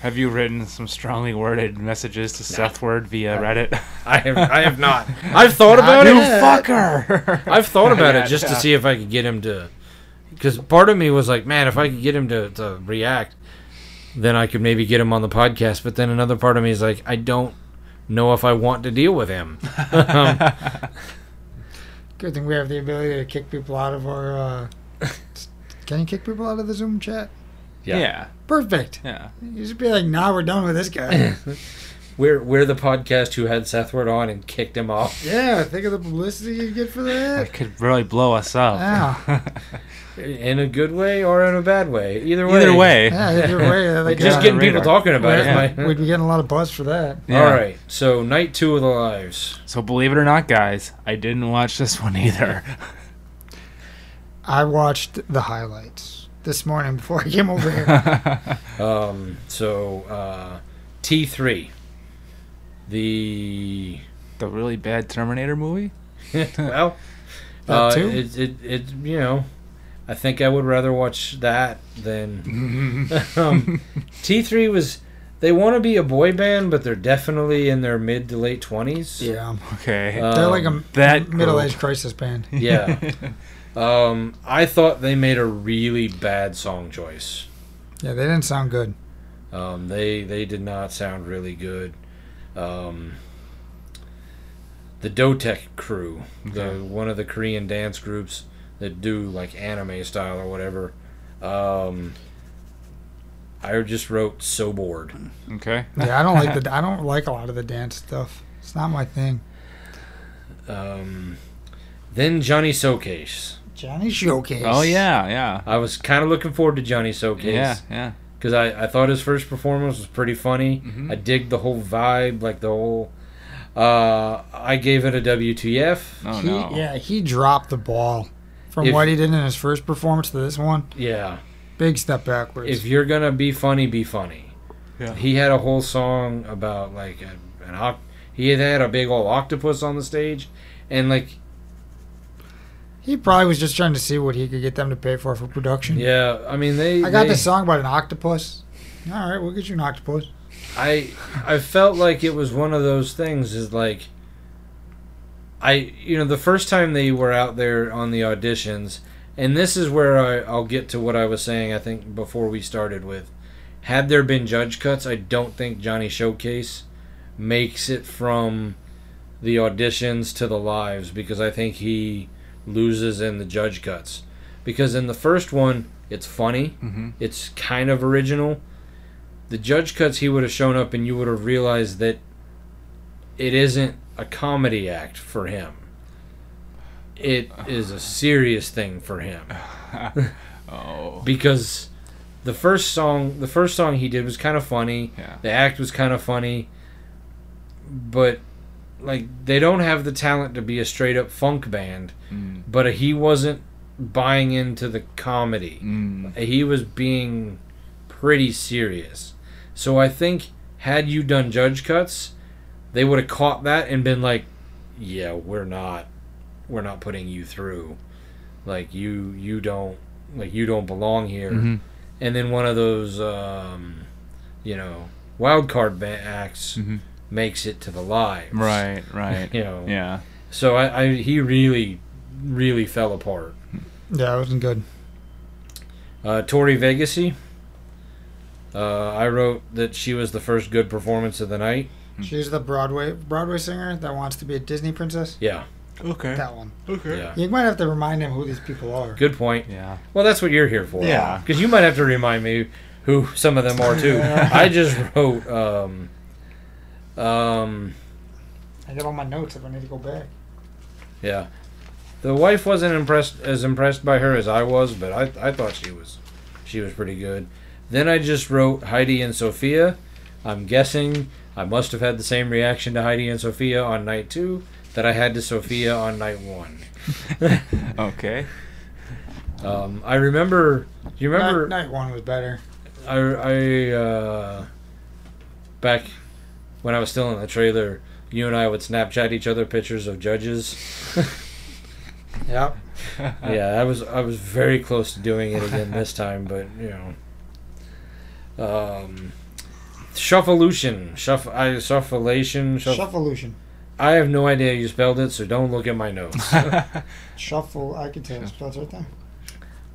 [SPEAKER 1] Have you written some strongly worded messages to Sethward via
[SPEAKER 3] No.
[SPEAKER 1] Reddit?
[SPEAKER 3] I have, I have not. I've thought about
[SPEAKER 2] Not
[SPEAKER 3] it.
[SPEAKER 2] yet.
[SPEAKER 1] you fucker!
[SPEAKER 3] I've thought about
[SPEAKER 1] Yeah,
[SPEAKER 3] it just to
[SPEAKER 1] yeah.
[SPEAKER 3] see if I could get him to. Because part of me was like, man, if I could get him to, to react, then I could maybe get him on the podcast. But then another part of me is like, I don't know if I want to deal with him.
[SPEAKER 1] Um,
[SPEAKER 2] Good thing we have the ability to kick people out of our. Uh, can you kick people out of the Zoom chat?
[SPEAKER 1] yeah. yeah,
[SPEAKER 2] Perfect.
[SPEAKER 1] yeah,
[SPEAKER 2] You should be like, nah, we're done with this guy.
[SPEAKER 3] We're we're the podcast who had Sethward on and kicked him off.
[SPEAKER 2] yeah, think of the publicity you get for that.
[SPEAKER 1] That could really blow us up.
[SPEAKER 2] Yeah.
[SPEAKER 3] In a good way or in a bad way. Either way.
[SPEAKER 1] Either way,
[SPEAKER 2] Yeah, either way, I think,
[SPEAKER 3] Just
[SPEAKER 2] uh,
[SPEAKER 3] getting people
[SPEAKER 1] radar.
[SPEAKER 3] talking about
[SPEAKER 1] Yeah.
[SPEAKER 3] it.
[SPEAKER 2] We'd
[SPEAKER 3] Mike.
[SPEAKER 2] be getting a lot of buzz for that.
[SPEAKER 1] Yeah.
[SPEAKER 3] All right. So night two of the lives.
[SPEAKER 1] So believe it or not, guys, I didn't watch this one either.
[SPEAKER 2] I watched the highlights this morning before I came over here.
[SPEAKER 1] yeah,
[SPEAKER 3] Um, so uh, T three, the
[SPEAKER 1] the really bad Terminator movie.
[SPEAKER 3] well,
[SPEAKER 2] That
[SPEAKER 3] uh,
[SPEAKER 2] too?
[SPEAKER 3] it, it it you know, I think I would rather watch that than um, T three was. They want to be a boy band, but they're definitely in their mid to late twenties.
[SPEAKER 2] yeah.
[SPEAKER 1] okay,
[SPEAKER 3] Uh,
[SPEAKER 2] They're like
[SPEAKER 3] Um,
[SPEAKER 2] a
[SPEAKER 1] that
[SPEAKER 2] middle
[SPEAKER 1] group.
[SPEAKER 2] aged crisis band.
[SPEAKER 3] yeah. Um, I thought they made a really bad song choice.
[SPEAKER 2] Yeah, they didn't sound good.
[SPEAKER 3] Um, they they did not sound really good. Um, the Dotek crew, the one of the Korean dance groups that do like anime style or whatever. Um, I just wrote so bored.
[SPEAKER 1] okay,
[SPEAKER 2] Yeah, I don't like the I don't like a lot of the dance stuff. It's not my thing.
[SPEAKER 3] Um, then Johnny Showcase.
[SPEAKER 2] Johnny Showcase.
[SPEAKER 1] oh yeah, yeah,
[SPEAKER 3] I was kind of looking forward to Johnny
[SPEAKER 1] yeah,
[SPEAKER 3] Showcase
[SPEAKER 1] yeah.
[SPEAKER 3] because I, I thought his first performance was pretty funny.
[SPEAKER 1] Mhm.
[SPEAKER 3] I dig the whole vibe, like the whole. Uh, I gave it a WTF.
[SPEAKER 1] Oh
[SPEAKER 2] he,
[SPEAKER 1] no,
[SPEAKER 2] Yeah, he dropped the ball from
[SPEAKER 3] If-
[SPEAKER 2] what he did in his first performance to this one.
[SPEAKER 3] Yeah.
[SPEAKER 2] Big step backwards.
[SPEAKER 3] if you're gonna be funny, be funny.
[SPEAKER 1] Yeah.
[SPEAKER 3] He had a whole song about like a, an oct- he had had a big old octopus on the stage, and like
[SPEAKER 2] he probably was just trying to see what he could get them to pay for for production.
[SPEAKER 3] yeah, I mean they.
[SPEAKER 2] I got
[SPEAKER 3] they-
[SPEAKER 2] this song about an octopus. All right, we'll get you an octopus.
[SPEAKER 3] I I felt like it was one of those things is like I you know the first time they were out there on the auditions and this is where I, I'll get to what I was saying I think before we started with had there been judge cuts I don't think Johnny Showcase makes it from the auditions to the lives because I think he loses in the judge cuts because in the first one it's funny
[SPEAKER 1] Mhm.
[SPEAKER 3] it's kind of original. The judge cuts, he would have shown up and you would have realized that it isn't a comedy act for him. It is a serious thing for him
[SPEAKER 1] Mm-hmm. Oh.
[SPEAKER 3] because the first song, the first song he did was kind of funny.
[SPEAKER 1] Yeah.
[SPEAKER 3] The act was kind of funny, but like they don't have the talent to be a straight up funk band.
[SPEAKER 1] Mm.
[SPEAKER 3] But he wasn't buying into the comedy
[SPEAKER 1] Mm.
[SPEAKER 3] he was being pretty serious. So I think had you done judge cuts, they would have caught that and been like, "Yeah, we're not, we're not putting you through. Like you, you don't, like you don't belong here."
[SPEAKER 1] Mhm.
[SPEAKER 3] And then one of those, um, you know, wild card ba- acts
[SPEAKER 1] Mhm.
[SPEAKER 3] makes it to the live,
[SPEAKER 1] Right, right.
[SPEAKER 3] You know,
[SPEAKER 1] Yeah.
[SPEAKER 3] So I, I, he really, really fell apart.
[SPEAKER 2] Yeah, it wasn't good.
[SPEAKER 3] Uh, Tori Vegasy. Uh, I wrote that she was the first good performance of the night.
[SPEAKER 2] She's the Broadway Broadway singer that wants to be a Disney princess.
[SPEAKER 3] Yeah,
[SPEAKER 1] Okay.
[SPEAKER 2] That one.
[SPEAKER 1] okay.
[SPEAKER 3] yeah.
[SPEAKER 2] You might have to remind him who these people are.
[SPEAKER 3] Good point.
[SPEAKER 1] Yeah.
[SPEAKER 3] Well, that's what you're here for.
[SPEAKER 1] Yeah.
[SPEAKER 3] Because you might have to remind me who some of them are too. I just wrote. Um, um,
[SPEAKER 2] I got all my notes if I need to go back.
[SPEAKER 3] yeah. The wife wasn't impressed as impressed by her as I was, but I, I thought she was she was pretty good. Then I just wrote Heidi and Sophia. I'm guessing I must have had the same reaction to Heidi and Sophia on night two that I had to Sophia on night one.
[SPEAKER 1] Okay.
[SPEAKER 3] Um, I remember. Do you remember?
[SPEAKER 2] Night, night one was better.
[SPEAKER 3] I, I uh, back when I was still in the trailer, you and I would Snapchat each other pictures of judges.
[SPEAKER 2] Yep. Uh,
[SPEAKER 3] yeah, I was I was very close to doing it again this time, but you know. Um, shufflelution, shuff, I shuffleation, shuff,
[SPEAKER 2] Shufflelution.
[SPEAKER 3] I have no idea how you spelled it, so don't look at my notes.
[SPEAKER 2] Shuffle. I can tell. That's right there.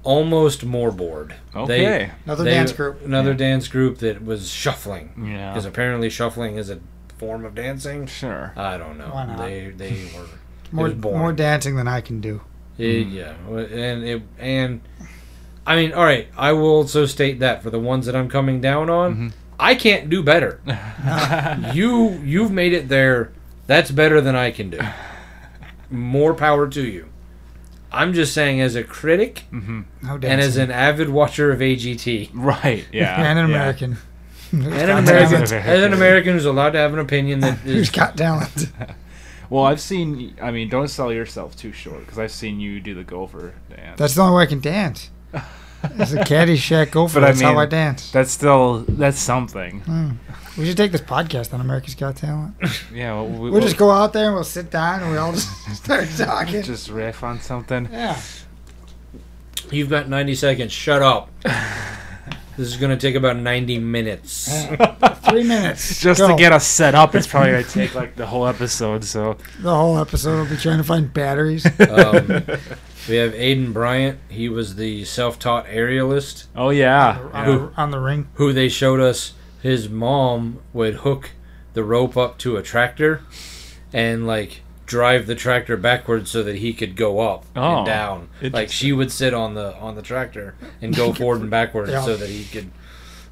[SPEAKER 3] Almost more bored.
[SPEAKER 1] okay.
[SPEAKER 2] Another
[SPEAKER 3] They-
[SPEAKER 2] dance group.
[SPEAKER 3] Another
[SPEAKER 1] Yeah.
[SPEAKER 3] dance group that was shuffling,
[SPEAKER 1] yeah.
[SPEAKER 3] because apparently shuffling is a form of dancing.
[SPEAKER 1] Sure.
[SPEAKER 3] I don't know.
[SPEAKER 2] Why not?
[SPEAKER 3] They they were
[SPEAKER 2] More
[SPEAKER 3] was boring.
[SPEAKER 2] more dancing than I can do.
[SPEAKER 3] it, yeah, well, and it and I mean, all right. I will also state that for the ones that I'm coming down on,
[SPEAKER 1] Mhm.
[SPEAKER 3] I can't do better. you you've made it there. That's better than I can do. More power to you. I'm just saying, as a critic
[SPEAKER 1] hmm
[SPEAKER 2] No dancing.
[SPEAKER 3] and as an avid watcher of AGT,
[SPEAKER 1] Right. Yeah.
[SPEAKER 2] and an
[SPEAKER 1] yeah.
[SPEAKER 2] American. And
[SPEAKER 3] and an American,
[SPEAKER 1] American.
[SPEAKER 3] as an American who's allowed to have an opinion that
[SPEAKER 2] Who's
[SPEAKER 3] is
[SPEAKER 2] got talent?
[SPEAKER 1] Well, I've seen. I mean, don't sell yourself too short because I've seen you do the gopher dance.
[SPEAKER 2] That's the only way I can dance. It's a Caddyshack gopher.
[SPEAKER 1] But I
[SPEAKER 2] That's how
[SPEAKER 1] mean-
[SPEAKER 2] I dance.
[SPEAKER 1] That's still that's something.
[SPEAKER 2] Hmm. We should take this podcast on America's Got Talent.
[SPEAKER 1] Yeah, well, we,
[SPEAKER 2] We'll just go out there and we'll sit down and we all just start talking.
[SPEAKER 1] just riff on something.
[SPEAKER 2] yeah.
[SPEAKER 3] You've got 90 seconds. Shut up. this is going to take about 90 minutes.
[SPEAKER 2] Three minutes.
[SPEAKER 1] Just
[SPEAKER 2] Go.
[SPEAKER 1] to get us set up, it's probably gonna take like the whole episode. So
[SPEAKER 2] The whole episode will be trying to find batteries.
[SPEAKER 3] Um, we have Aiden Bryant. He was the self taught aerialist
[SPEAKER 1] oh yeah,
[SPEAKER 2] on, the, on the ring.
[SPEAKER 3] who they showed us his mom would hook the rope up to a tractor and like drive the tractor backwards so that he could go up
[SPEAKER 1] Oh,
[SPEAKER 3] and down like
[SPEAKER 1] interesting.
[SPEAKER 3] she would sit on the on the tractor and go forward and backwards
[SPEAKER 2] Yeah.
[SPEAKER 3] so that he could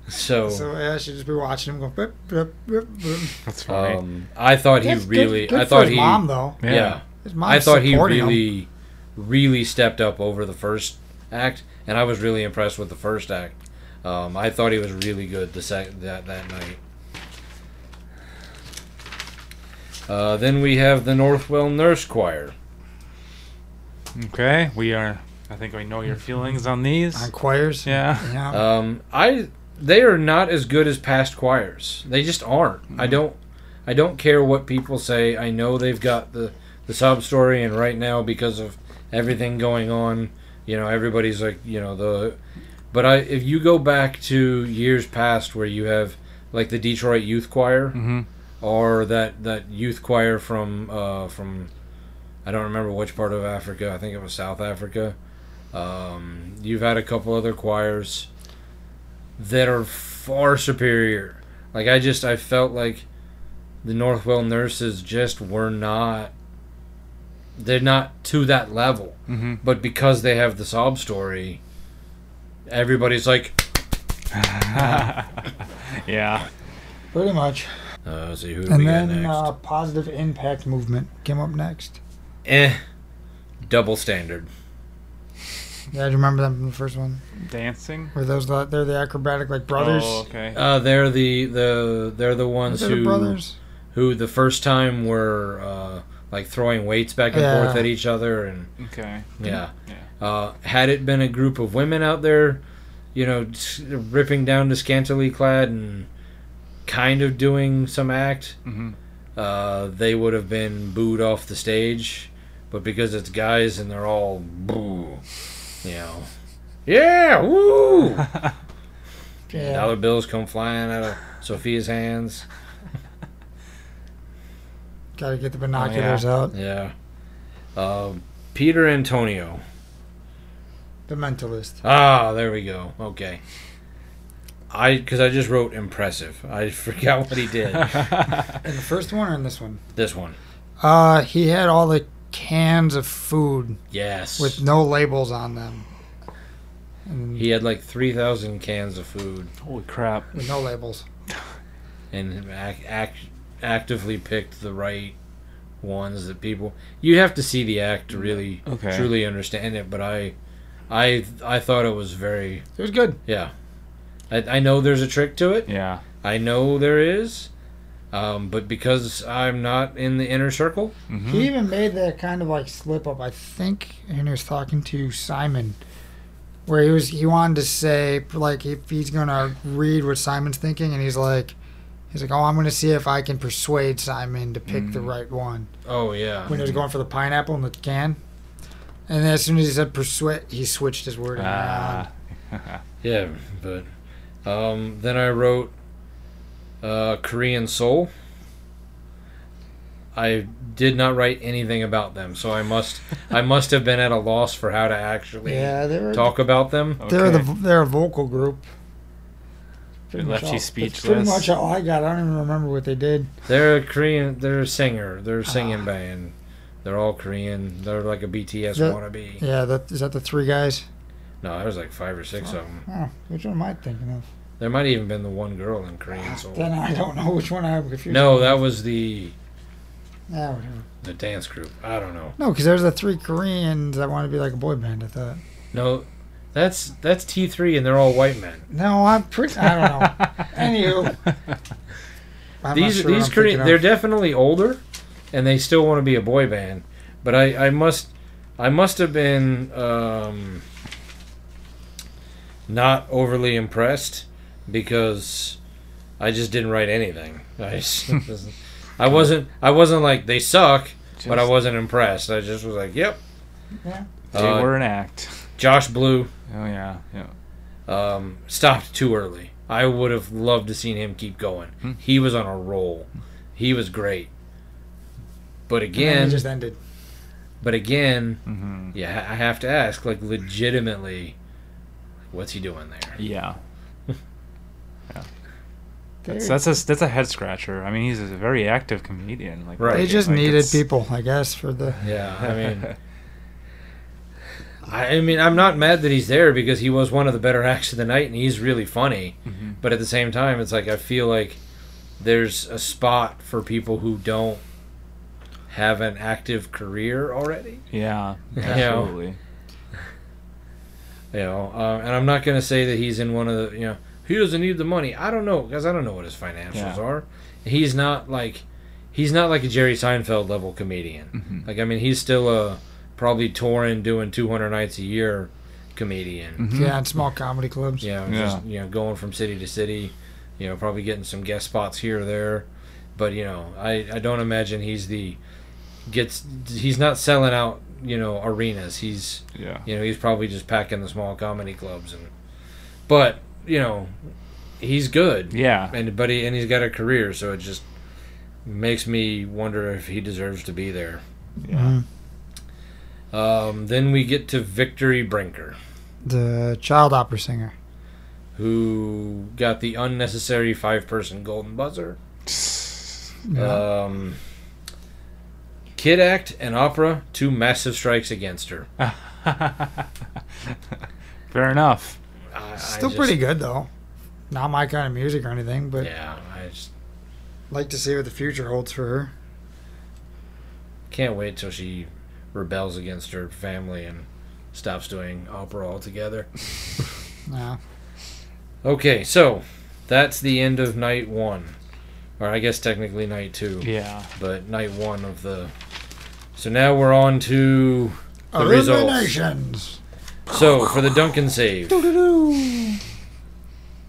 [SPEAKER 3] so,
[SPEAKER 2] So yeah, she'd just be watching him go. Bip, bip, bip, bip.
[SPEAKER 1] that's funny.
[SPEAKER 3] um i thought he
[SPEAKER 2] That's good-
[SPEAKER 3] really
[SPEAKER 2] good
[SPEAKER 3] i
[SPEAKER 2] for
[SPEAKER 3] thought
[SPEAKER 2] his
[SPEAKER 3] he
[SPEAKER 2] mom though.
[SPEAKER 1] yeah.
[SPEAKER 3] yeah.
[SPEAKER 2] His mom.
[SPEAKER 3] I thought he
[SPEAKER 2] Him.
[SPEAKER 3] really, really stepped up over the first act, and I was really impressed with the first act. Um, I thought he was really good the sec- that that night. Uh, then we have the Northwell Nurse Choir.
[SPEAKER 1] Okay, we are. I think I know your
[SPEAKER 2] Mm-hmm.
[SPEAKER 1] feelings on these.
[SPEAKER 2] on choirs.
[SPEAKER 1] Yeah.
[SPEAKER 2] Yeah.
[SPEAKER 3] Um, I they are not as good as past choirs. They just aren't. I don't I don't care what people say. I know they've got the the sob story, and right now because of everything going on, you know everybody's like you know the. But I if you go back to years past where you have like the Detroit Youth Choir
[SPEAKER 1] Mm-hmm.
[SPEAKER 3] or that that youth choir from uh, from I don't remember which part of Africa. I think it was South Africa. Um, you've had a couple other choirs that are far superior. Like I just I felt like the Northwell nurses just were not. They're not to that level,
[SPEAKER 1] Mm-hmm.
[SPEAKER 3] but because they have the sob story, everybody's like,
[SPEAKER 1] yeah.
[SPEAKER 2] Pretty much.
[SPEAKER 3] Uh, let's see who do we
[SPEAKER 2] And
[SPEAKER 3] got
[SPEAKER 2] then
[SPEAKER 3] next.
[SPEAKER 2] uh, Positive Impact Movement came up next.
[SPEAKER 3] eh, double standard.
[SPEAKER 2] Yeah, I remember them from the first one.
[SPEAKER 1] Dancing.
[SPEAKER 2] Were those the, they're the acrobatic like brothers?
[SPEAKER 1] Oh, okay.
[SPEAKER 3] Uh, they're the the they're the
[SPEAKER 2] Were
[SPEAKER 3] ones
[SPEAKER 2] they the
[SPEAKER 3] who
[SPEAKER 2] brothers?
[SPEAKER 3] who the first time were uh, like throwing weights back and
[SPEAKER 2] Yeah.
[SPEAKER 3] forth at each other and
[SPEAKER 1] Okay.
[SPEAKER 3] yeah.
[SPEAKER 1] Yeah.
[SPEAKER 3] Uh, had it been a group of women out there, you know, s- ripping down to scantily clad and kind of doing some act,
[SPEAKER 1] hmm
[SPEAKER 3] uh, they would have been booed off the stage. But because it's guys and they're all boo, you know, yeah, woo,
[SPEAKER 2] Yeah.
[SPEAKER 3] dollar bills come flying out of Sophia's hands.
[SPEAKER 2] Gotta get the binoculars out.
[SPEAKER 3] Oh, Yeah. Uh, Peter Antonio.
[SPEAKER 2] The mentalist.
[SPEAKER 3] Ah, there we go. Okay. I because I just wrote impressive. I forgot what he did.
[SPEAKER 2] In the first one or in this one?
[SPEAKER 3] this one.
[SPEAKER 2] Uh, he had all the cans of food
[SPEAKER 3] Yes.
[SPEAKER 2] with no labels on them. And
[SPEAKER 3] he had like three thousand cans of food
[SPEAKER 1] Holy crap.
[SPEAKER 2] with no labels.
[SPEAKER 3] and ac- ac- actively picked the right ones that people. You have to see the act to really
[SPEAKER 1] Okay.
[SPEAKER 3] truly understand it. But I, I, I thought it was very.
[SPEAKER 2] It was good.
[SPEAKER 3] Yeah. I, I know there's a trick to it.
[SPEAKER 1] Yeah.
[SPEAKER 3] I know there is. Um, but because I'm not in the inner circle,
[SPEAKER 1] hmm
[SPEAKER 2] He even made that kind of like slip up, I think, when he was talking to Simon, where he was he wanted to say like if he's gonna read what Simon's thinking, and he's like, he's like, oh, I'm gonna see if I can persuade Simon to pick the
[SPEAKER 1] Mm.
[SPEAKER 2] right one
[SPEAKER 3] oh yeah,
[SPEAKER 1] Hmm.
[SPEAKER 2] when he was going for the pineapple in the can. And then as soon as he said persuade, he switched his word around.
[SPEAKER 1] Ah.
[SPEAKER 3] yeah. But um, then I wrote uh, Korean Soul. I did not write anything about them, so I must I must have been at a loss for how to actually
[SPEAKER 2] Yeah, they were
[SPEAKER 3] talk about them.
[SPEAKER 2] they're the
[SPEAKER 1] Okay.
[SPEAKER 2] they're a vocal group. Pretty
[SPEAKER 1] left
[SPEAKER 2] much
[SPEAKER 1] you
[SPEAKER 2] all- That's pretty
[SPEAKER 1] speechless.
[SPEAKER 2] much all I got. I don't even remember what they did.
[SPEAKER 3] They're a Korean. They're a singer. They're a singing
[SPEAKER 2] Ah.
[SPEAKER 3] band. They're all Korean. They're like a BTS
[SPEAKER 2] The-
[SPEAKER 3] wannabe.
[SPEAKER 2] Yeah, that is that the three guys.
[SPEAKER 3] No, there was like five or six of them.
[SPEAKER 2] Oh, which one am I thinking of?
[SPEAKER 3] There might even been the one girl in Korean Soul.
[SPEAKER 2] Then I don't know which one I'm confused.
[SPEAKER 3] No, that was the
[SPEAKER 2] Yeah, whatever.
[SPEAKER 3] the dance group. I don't know.
[SPEAKER 2] No, because there's the three Koreans that want to be like a boy band. I thought.
[SPEAKER 3] No, that's that's T three, and they're all white men.
[SPEAKER 2] No, I'm pretty. I don't know. Anywho, I'm not sure what I'm
[SPEAKER 3] these these
[SPEAKER 2] thinking
[SPEAKER 3] Korean,
[SPEAKER 2] of.
[SPEAKER 3] they're definitely older, and they still want to be a boy band. But I I must I must have been um, not overly impressed because I just didn't write anything. I s- I wasn't I wasn't like they suck, but I
[SPEAKER 1] Just-
[SPEAKER 3] wasn't impressed. I just was like, yep.
[SPEAKER 2] Yeah.
[SPEAKER 1] They
[SPEAKER 3] Uh,
[SPEAKER 1] were an act.
[SPEAKER 3] Josh Blue
[SPEAKER 1] Oh yeah. Yeah.
[SPEAKER 3] um, stopped too early. I would have loved to seen him keep going.
[SPEAKER 1] Hmm.
[SPEAKER 3] He was on a roll. He was great. But
[SPEAKER 2] And then
[SPEAKER 3] again,
[SPEAKER 2] it just ended.
[SPEAKER 3] but again,
[SPEAKER 1] hmm
[SPEAKER 3] yeah, I have to ask, like, legitimately, what's he doing there?
[SPEAKER 1] Yeah.
[SPEAKER 2] They,
[SPEAKER 1] So that's a that's a head scratcher. I mean, he's a very active comedian. Like
[SPEAKER 3] Right.
[SPEAKER 2] they
[SPEAKER 1] like,
[SPEAKER 2] just
[SPEAKER 1] like,
[SPEAKER 2] needed
[SPEAKER 1] it's-
[SPEAKER 2] people, I guess, for the.
[SPEAKER 3] Yeah, I mean, I, I mean, I'm not mad that he's there because he was one of the better acts of the night, and he's really funny.
[SPEAKER 1] Mhm.
[SPEAKER 3] But at the same time, it's like I feel like there's a spot for people who don't have an active career already.
[SPEAKER 1] Yeah.
[SPEAKER 3] Yeah.
[SPEAKER 1] Absolutely.
[SPEAKER 3] you know uh, and i'm not going to say that he's in one of the you know he doesn't need the money i don't know because i don't know what his financials
[SPEAKER 1] Yeah.
[SPEAKER 3] are he's not like he's not like a jerry seinfeld level comedian
[SPEAKER 1] Mhm.
[SPEAKER 3] like i mean he's still a probably touring doing 200 nights a year comedian
[SPEAKER 1] Mhm.
[SPEAKER 2] Yeah, and small comedy clubs.
[SPEAKER 3] you know, just you know going from city to city you know probably getting some guest spots here or there but you know i i don't imagine he's the gets he's not selling out you know arenas he's
[SPEAKER 1] Yeah.
[SPEAKER 3] you know, he's probably just packing the small comedy clubs and but, you know, he's good.
[SPEAKER 1] Yeah.
[SPEAKER 3] And but he and he's got a career, so it just makes me wonder if he deserves to be there.
[SPEAKER 1] Yeah.
[SPEAKER 2] Mhm.
[SPEAKER 3] Um, then we get to Victory Brinker,
[SPEAKER 2] The child opera singer.
[SPEAKER 3] who got the unnecessary five person golden buzzer.
[SPEAKER 2] Yeah.
[SPEAKER 3] Um Kid Act and Opera, two massive strikes against her.
[SPEAKER 2] Mm-hmm.
[SPEAKER 1] Fair enough.
[SPEAKER 3] I, I
[SPEAKER 2] Still
[SPEAKER 3] just-
[SPEAKER 2] pretty good though. Not my kind of music or anything, but
[SPEAKER 3] Yeah, I just
[SPEAKER 2] Like to see what the future holds for her.
[SPEAKER 3] Can't wait till she rebels against her family and stops doing opera altogether.
[SPEAKER 2] No.
[SPEAKER 3] Okay, so that's the end of night one. Or I guess technically night two,
[SPEAKER 1] Yeah.
[SPEAKER 3] but night one of the. So now we're on to. The results.
[SPEAKER 2] Eliminations.
[SPEAKER 3] So for the Duncan save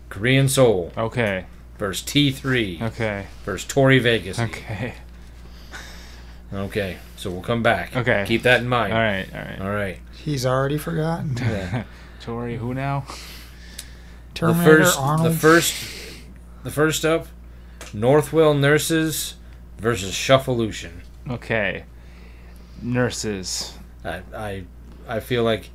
[SPEAKER 3] Korean Soul
[SPEAKER 1] Okay.
[SPEAKER 3] versus T3
[SPEAKER 1] Okay.
[SPEAKER 3] versus Tori Vegas.
[SPEAKER 1] Okay.
[SPEAKER 3] Okay, so we'll come back.
[SPEAKER 1] Okay.
[SPEAKER 3] Keep that in mind.
[SPEAKER 1] All right. All right.
[SPEAKER 3] All right.
[SPEAKER 2] He's already forgotten.
[SPEAKER 3] Yeah.
[SPEAKER 1] Tori, who now?
[SPEAKER 3] the
[SPEAKER 2] Terminator
[SPEAKER 3] first,
[SPEAKER 2] Arnold.
[SPEAKER 3] the first, the first up, Northwell Nurses versus Shufflelution.
[SPEAKER 1] Okay. Nurses.
[SPEAKER 3] I, I, I feel like,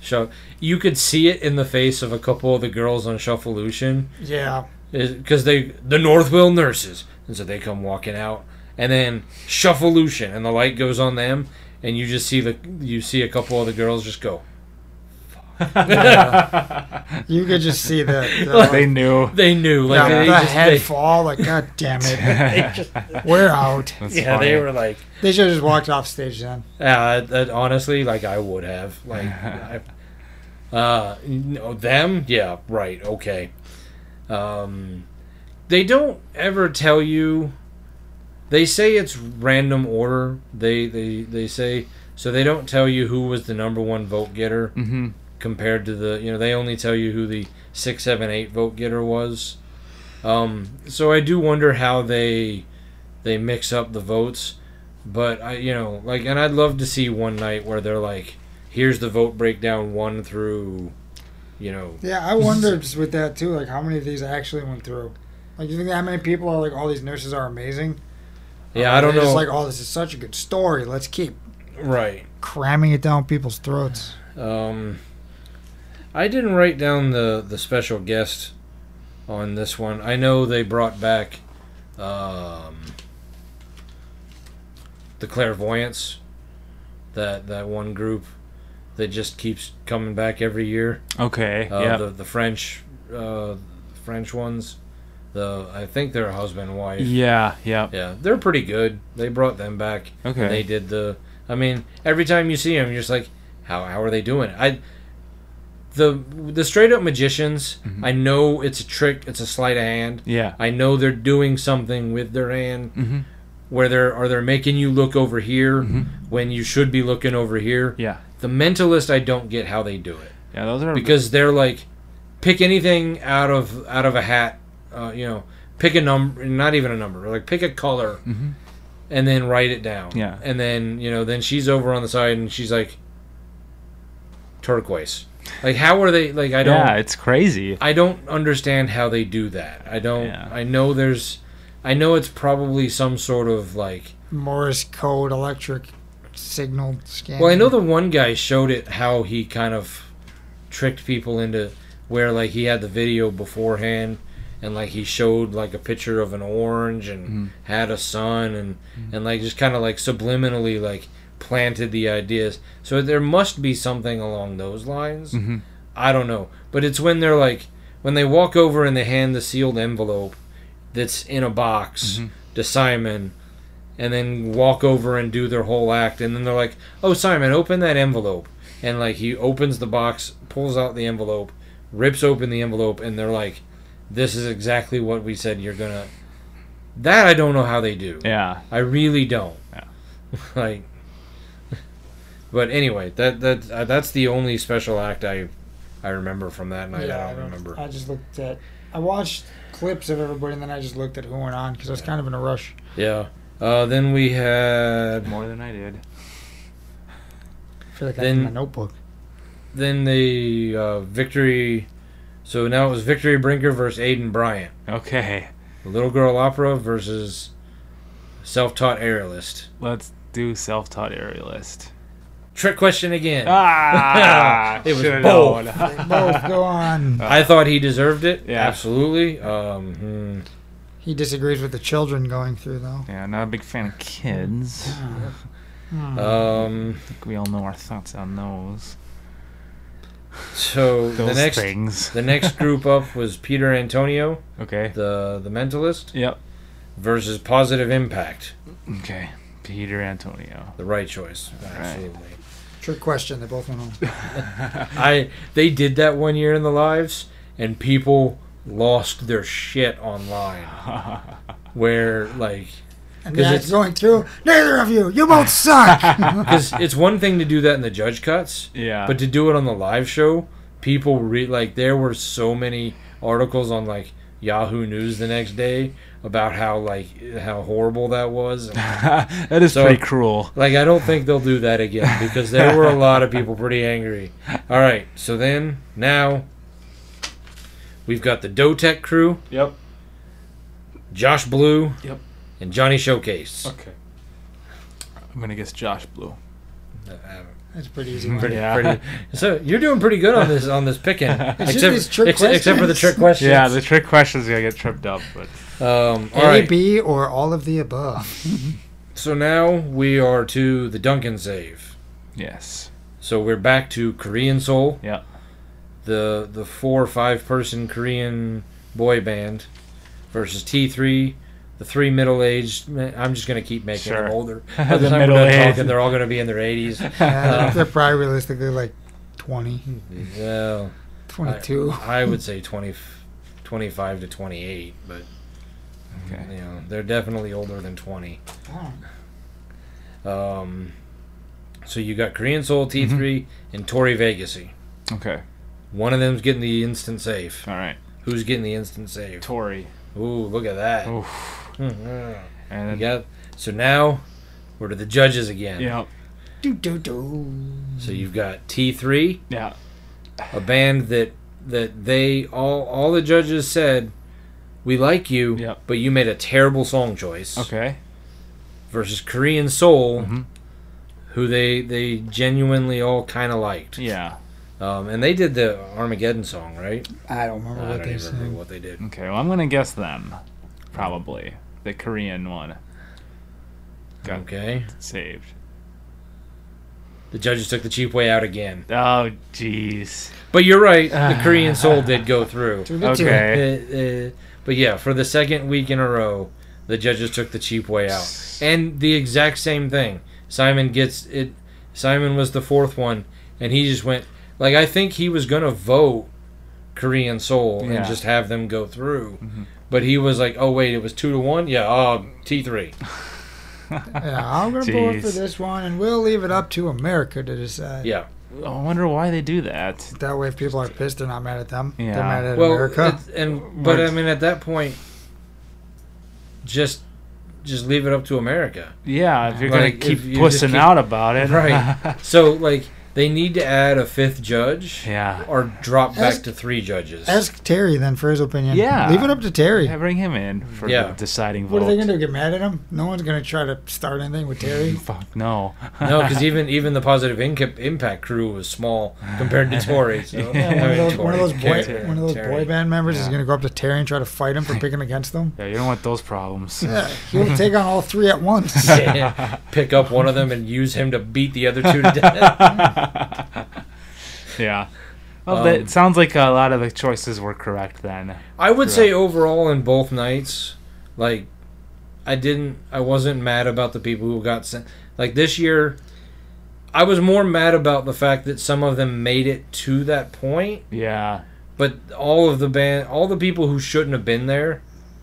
[SPEAKER 3] Shu- you could see it in the face of a couple of the girls on Shufflelution
[SPEAKER 2] yeah.
[SPEAKER 3] because they the Northwell Nurses, and so they come walking out, and then Shufflelution, and the light goes on them, and you just see the you see a couple of the girls just go.
[SPEAKER 2] You could just see the the,
[SPEAKER 1] They knew.
[SPEAKER 3] They knew like
[SPEAKER 2] the-
[SPEAKER 3] they
[SPEAKER 2] the
[SPEAKER 3] just,
[SPEAKER 2] head
[SPEAKER 3] they,
[SPEAKER 2] fall. Like, god damn it,
[SPEAKER 3] they just-
[SPEAKER 2] we're out.
[SPEAKER 1] That's
[SPEAKER 3] yeah,
[SPEAKER 1] funny.
[SPEAKER 3] they were like.
[SPEAKER 2] They should have just walked off stage then.
[SPEAKER 3] Yeah, Uh, that- that honestly, like I would have, like, I, uh, no, them, yeah, right, okay. Um, they don't ever tell you. They say it's random order. They they they say so. They don't tell you who was the number one vote getter
[SPEAKER 1] Mm-hmm.
[SPEAKER 3] compared to the you know they only tell you who the six seven eight vote getter was um, so i do wonder how they they mix up the votes but i you know like and i'd love to see one night where they're like here's the vote breakdown one through you know
[SPEAKER 2] Yeah, I wonder just with that too. Like, how many of these actually went through? Like, you think that many people are like, all these nurses are amazing?
[SPEAKER 3] yeah i don't
[SPEAKER 2] They're
[SPEAKER 3] know
[SPEAKER 2] Just like, oh, this is such a good story. Let's keep
[SPEAKER 3] right
[SPEAKER 2] cramming it down people's throats.
[SPEAKER 3] um i didn't write down the the special guest on this one i know they brought back um the clairvoyance that that one group that just keeps coming back every year
[SPEAKER 1] Okay.
[SPEAKER 3] uh,
[SPEAKER 1] yeah.
[SPEAKER 3] the, the french uh french ones the i think they're husband and wife
[SPEAKER 1] yeah. Yeah.
[SPEAKER 3] yeah they're pretty good they brought them back
[SPEAKER 1] Okay.
[SPEAKER 3] they did the i mean every time you see them you're just like how, how are they doing it? i the the straight up magicians
[SPEAKER 1] Mm-hmm.
[SPEAKER 3] i know it's a trick it's a sleight of hand
[SPEAKER 1] yeah.
[SPEAKER 3] i know they're doing something with their hand
[SPEAKER 1] Mm-hmm.
[SPEAKER 3] where they're are they're making you look over here when you should be looking over here
[SPEAKER 1] Yeah. Mm-hmm.
[SPEAKER 3] the mentalist i don't get how they do it
[SPEAKER 1] Yeah. Those are
[SPEAKER 3] because they're like pick anything out of out of a hat uh, you know pick a number not even a number like pick a color
[SPEAKER 1] Mhm.
[SPEAKER 3] and then write it down
[SPEAKER 1] Yeah.
[SPEAKER 3] and then you know then she's over on the side and she's like turquoise like how are they like i don't
[SPEAKER 1] yeah. It's crazy.
[SPEAKER 3] i don't understand how they do that i don't
[SPEAKER 1] Yeah.
[SPEAKER 3] i know there's i know it's probably some sort of like
[SPEAKER 2] Morse code, electric signal scan.
[SPEAKER 3] Well, I know the one guy showed it how he kind of tricked people into where like he had the video beforehand and like he showed like a picture of an orange and had a sun and and like just kind of like subliminally like planted the ideas. So there must be something along those lines.
[SPEAKER 1] Mhm.
[SPEAKER 3] I don't know, but it's when they're like when they walk over and they hand the sealed envelope that's in a box to Simon and then walk over and do their whole act and then they're like oh simon open that envelope and like he opens the box pulls out the envelope rips open the envelope and they're like this is exactly what we said you're gonna that i don't know how they do
[SPEAKER 1] Yeah.
[SPEAKER 3] i really don't
[SPEAKER 1] Yeah.
[SPEAKER 3] like but anyway that that uh, that's the only special act i i remember from that night i don't remember
[SPEAKER 2] I just looked at. I watched clips of everybody, and then I just looked at who went on because I was kind of in a rush.
[SPEAKER 3] yeah uh, then we had
[SPEAKER 1] More than I did.
[SPEAKER 2] I feel like
[SPEAKER 3] Then-
[SPEAKER 2] I need my notebook.
[SPEAKER 3] then the uh, victory. So now it was Victory Brinker versus Aiden Bryant.
[SPEAKER 1] Okay.
[SPEAKER 3] Little Girl Opera versus Self Taught Aerialist.
[SPEAKER 1] Let's do self-taught aerialist.
[SPEAKER 3] Trick question again.
[SPEAKER 1] Ah,
[SPEAKER 3] It was
[SPEAKER 1] should've
[SPEAKER 3] both.
[SPEAKER 1] known.
[SPEAKER 2] They both go on.
[SPEAKER 3] I thought he deserved it.
[SPEAKER 1] Yeah.
[SPEAKER 3] Absolutely. Um, hmm.
[SPEAKER 2] He disagrees with the children going through though.
[SPEAKER 1] yeah, not a big fan of kids.
[SPEAKER 2] Hmm.
[SPEAKER 3] um,
[SPEAKER 1] I think we all know our thoughts on those.
[SPEAKER 3] so
[SPEAKER 1] Those
[SPEAKER 3] the next
[SPEAKER 1] things.
[SPEAKER 3] the next group up was Peter Antonio,
[SPEAKER 1] Okay.
[SPEAKER 3] the the mentalist,
[SPEAKER 1] Yep.
[SPEAKER 3] versus Positive Impact.
[SPEAKER 1] Okay. Peter Antonio.
[SPEAKER 3] The right choice. Absolutely.
[SPEAKER 2] Trick question. They both went home.
[SPEAKER 3] I they did that one year in the lives and people lost their shit online where like
[SPEAKER 2] And
[SPEAKER 3] 'Cause
[SPEAKER 2] yeah,
[SPEAKER 3] it's-
[SPEAKER 2] it's going through. Neither of you. You both suck.
[SPEAKER 3] because it's one thing to do that in the judge cuts
[SPEAKER 1] Yeah.
[SPEAKER 3] but to do it on the live show people re- like there were so many articles on like yahoo news the next day about how like how horrible that was And,
[SPEAKER 1] that is
[SPEAKER 3] So-
[SPEAKER 1] pretty cruel.
[SPEAKER 3] like i don't think they'll do that again because there were a lot of people pretty angry all right so then now we've got the dotech crew
[SPEAKER 1] Yep.
[SPEAKER 3] josh blue
[SPEAKER 1] Yep.
[SPEAKER 3] and johnny showcase
[SPEAKER 2] Uh-huh.
[SPEAKER 1] Okay. I'm gonna guess Josh Blue.
[SPEAKER 3] Uh,
[SPEAKER 2] That's a pretty easy. One.
[SPEAKER 3] pretty, Uh,
[SPEAKER 1] Yeah.
[SPEAKER 3] pretty. So you're doing pretty good on this on this picking,
[SPEAKER 2] just
[SPEAKER 3] except
[SPEAKER 2] these trick
[SPEAKER 3] ex- except for the
[SPEAKER 2] questions.
[SPEAKER 3] trick questions.
[SPEAKER 1] Yeah, the trick question's gonna get tripped up, but
[SPEAKER 3] um, all
[SPEAKER 2] A,
[SPEAKER 3] right.
[SPEAKER 2] B, or all of the above.
[SPEAKER 3] So now we are to the Duncan save.
[SPEAKER 1] yes.
[SPEAKER 3] So we're back to Korean Soul.
[SPEAKER 1] Yeah.
[SPEAKER 3] The the four or five person Korean boy band versus T three. The three middle aged. I'm just gonna keep making
[SPEAKER 1] Sure.
[SPEAKER 3] them older. By the
[SPEAKER 1] The
[SPEAKER 3] time we're done
[SPEAKER 1] middle-aged.
[SPEAKER 3] talking, they're all gonna be in their 80s.
[SPEAKER 2] Yeah, they're probably realistically like 20,
[SPEAKER 3] Well,
[SPEAKER 2] 22.
[SPEAKER 3] I would say 20, 25 to 28, but
[SPEAKER 1] Okay.
[SPEAKER 3] you know, they're definitely older than 20. Um, so you got Korean Soul, T3,
[SPEAKER 1] Mm-hmm.
[SPEAKER 3] and Tori Vegasy.
[SPEAKER 1] Okay.
[SPEAKER 3] One of them's getting the instant save.
[SPEAKER 1] All right.
[SPEAKER 3] Who's getting the instant save?
[SPEAKER 1] Tori.
[SPEAKER 3] Ooh, look at that.
[SPEAKER 1] Oof.
[SPEAKER 3] Mhm. You
[SPEAKER 1] Oh. And then,
[SPEAKER 3] got, so now we're to the judges again.
[SPEAKER 1] yeah.
[SPEAKER 2] Do, do, do.
[SPEAKER 3] So you've got T3,
[SPEAKER 1] Yeah.
[SPEAKER 3] a band that that they all all the judges said, "We like you,
[SPEAKER 1] Yep.
[SPEAKER 3] but you made a terrible song choice."
[SPEAKER 1] Okay.
[SPEAKER 3] versus Korean Soul,
[SPEAKER 1] Mhm.
[SPEAKER 3] who they they genuinely all kind of liked.
[SPEAKER 1] Yeah.
[SPEAKER 3] Um, and they did the Armageddon song, right?
[SPEAKER 2] I don't remember
[SPEAKER 3] I
[SPEAKER 2] what
[SPEAKER 3] don't
[SPEAKER 2] they
[SPEAKER 3] even remember
[SPEAKER 2] said.
[SPEAKER 3] what they did.
[SPEAKER 1] Okay. Well, I'm gonna guess them, probably the Korean one Got-
[SPEAKER 3] Okay.
[SPEAKER 1] saved.
[SPEAKER 3] The judges took the cheap way out again.
[SPEAKER 1] Oh, jeez.
[SPEAKER 3] But you're right. The
[SPEAKER 1] Ah.
[SPEAKER 3] Korean Soul did go through.
[SPEAKER 2] Do, do, do.
[SPEAKER 1] Okay.
[SPEAKER 3] Uh, uh, but yeah, for the second week in a row, the judges took the cheap way out, and the exact same thing. Simon gets it. Simon was the fourth one, and he just went like I think he was gonna vote Korean Soul
[SPEAKER 1] Yeah. Mm-hmm.
[SPEAKER 3] and just have them go through, but he was like, oh wait, it was two to one. Yeah, uh, T three.
[SPEAKER 2] Yeah, I'm going to vote for
[SPEAKER 1] Jeez.
[SPEAKER 2] this one, and we'll leave it up to America to decide.
[SPEAKER 3] Yeah.
[SPEAKER 1] I wonder why they do that.
[SPEAKER 2] That way, if people are pissed, they're not mad at them.
[SPEAKER 1] Yeah.
[SPEAKER 2] They're mad at
[SPEAKER 3] Well,
[SPEAKER 2] America.
[SPEAKER 3] it's- and but I
[SPEAKER 1] Right.
[SPEAKER 3] mean at that point, just just leave it up to America.
[SPEAKER 1] Yeah, if you're gonna
[SPEAKER 3] Like,
[SPEAKER 1] keep
[SPEAKER 3] if you just
[SPEAKER 1] pussing
[SPEAKER 3] keep-
[SPEAKER 1] out about it,
[SPEAKER 3] Right. So like they need to add a fifth judge
[SPEAKER 1] yeah.
[SPEAKER 3] or drop back
[SPEAKER 2] Ask-
[SPEAKER 3] to three judges.
[SPEAKER 2] Ask Terry then for his opinion.
[SPEAKER 1] Yeah.
[SPEAKER 2] Leave it up to Terry.
[SPEAKER 1] Yeah, bring him in for
[SPEAKER 3] Yeah.
[SPEAKER 1] the deciding
[SPEAKER 2] What
[SPEAKER 1] vote.
[SPEAKER 2] are they going to do? Get mad at him? No one's going to try to start anything with Terry.
[SPEAKER 1] Fuck no.
[SPEAKER 3] no, because even even the positive inca- impact crew was small compared to Tori. So,
[SPEAKER 2] One
[SPEAKER 1] Yeah,
[SPEAKER 2] of those,
[SPEAKER 3] Tori,
[SPEAKER 2] one of those boy,
[SPEAKER 3] Terry,
[SPEAKER 2] one of those
[SPEAKER 3] Terry.
[SPEAKER 2] boy band members is
[SPEAKER 1] Yeah.
[SPEAKER 2] going to go up to Terry and try to fight him for picking against them.
[SPEAKER 1] Yeah, you don't want those problems.
[SPEAKER 2] Yeah, he'll take on all three at once.
[SPEAKER 3] Yeah. Pick up one of them and use him to beat the other two to death.
[SPEAKER 1] yeah. Well, that,
[SPEAKER 3] Um,
[SPEAKER 1] it sounds like a lot of the choices were correct then.
[SPEAKER 3] I would say overall in both nights, like I didn't, I wasn't mad about the people who got sent. Like this year, I was more mad about the fact that some of them made it to that point
[SPEAKER 1] Yeah.
[SPEAKER 3] but all of the band all the people who shouldn't have been there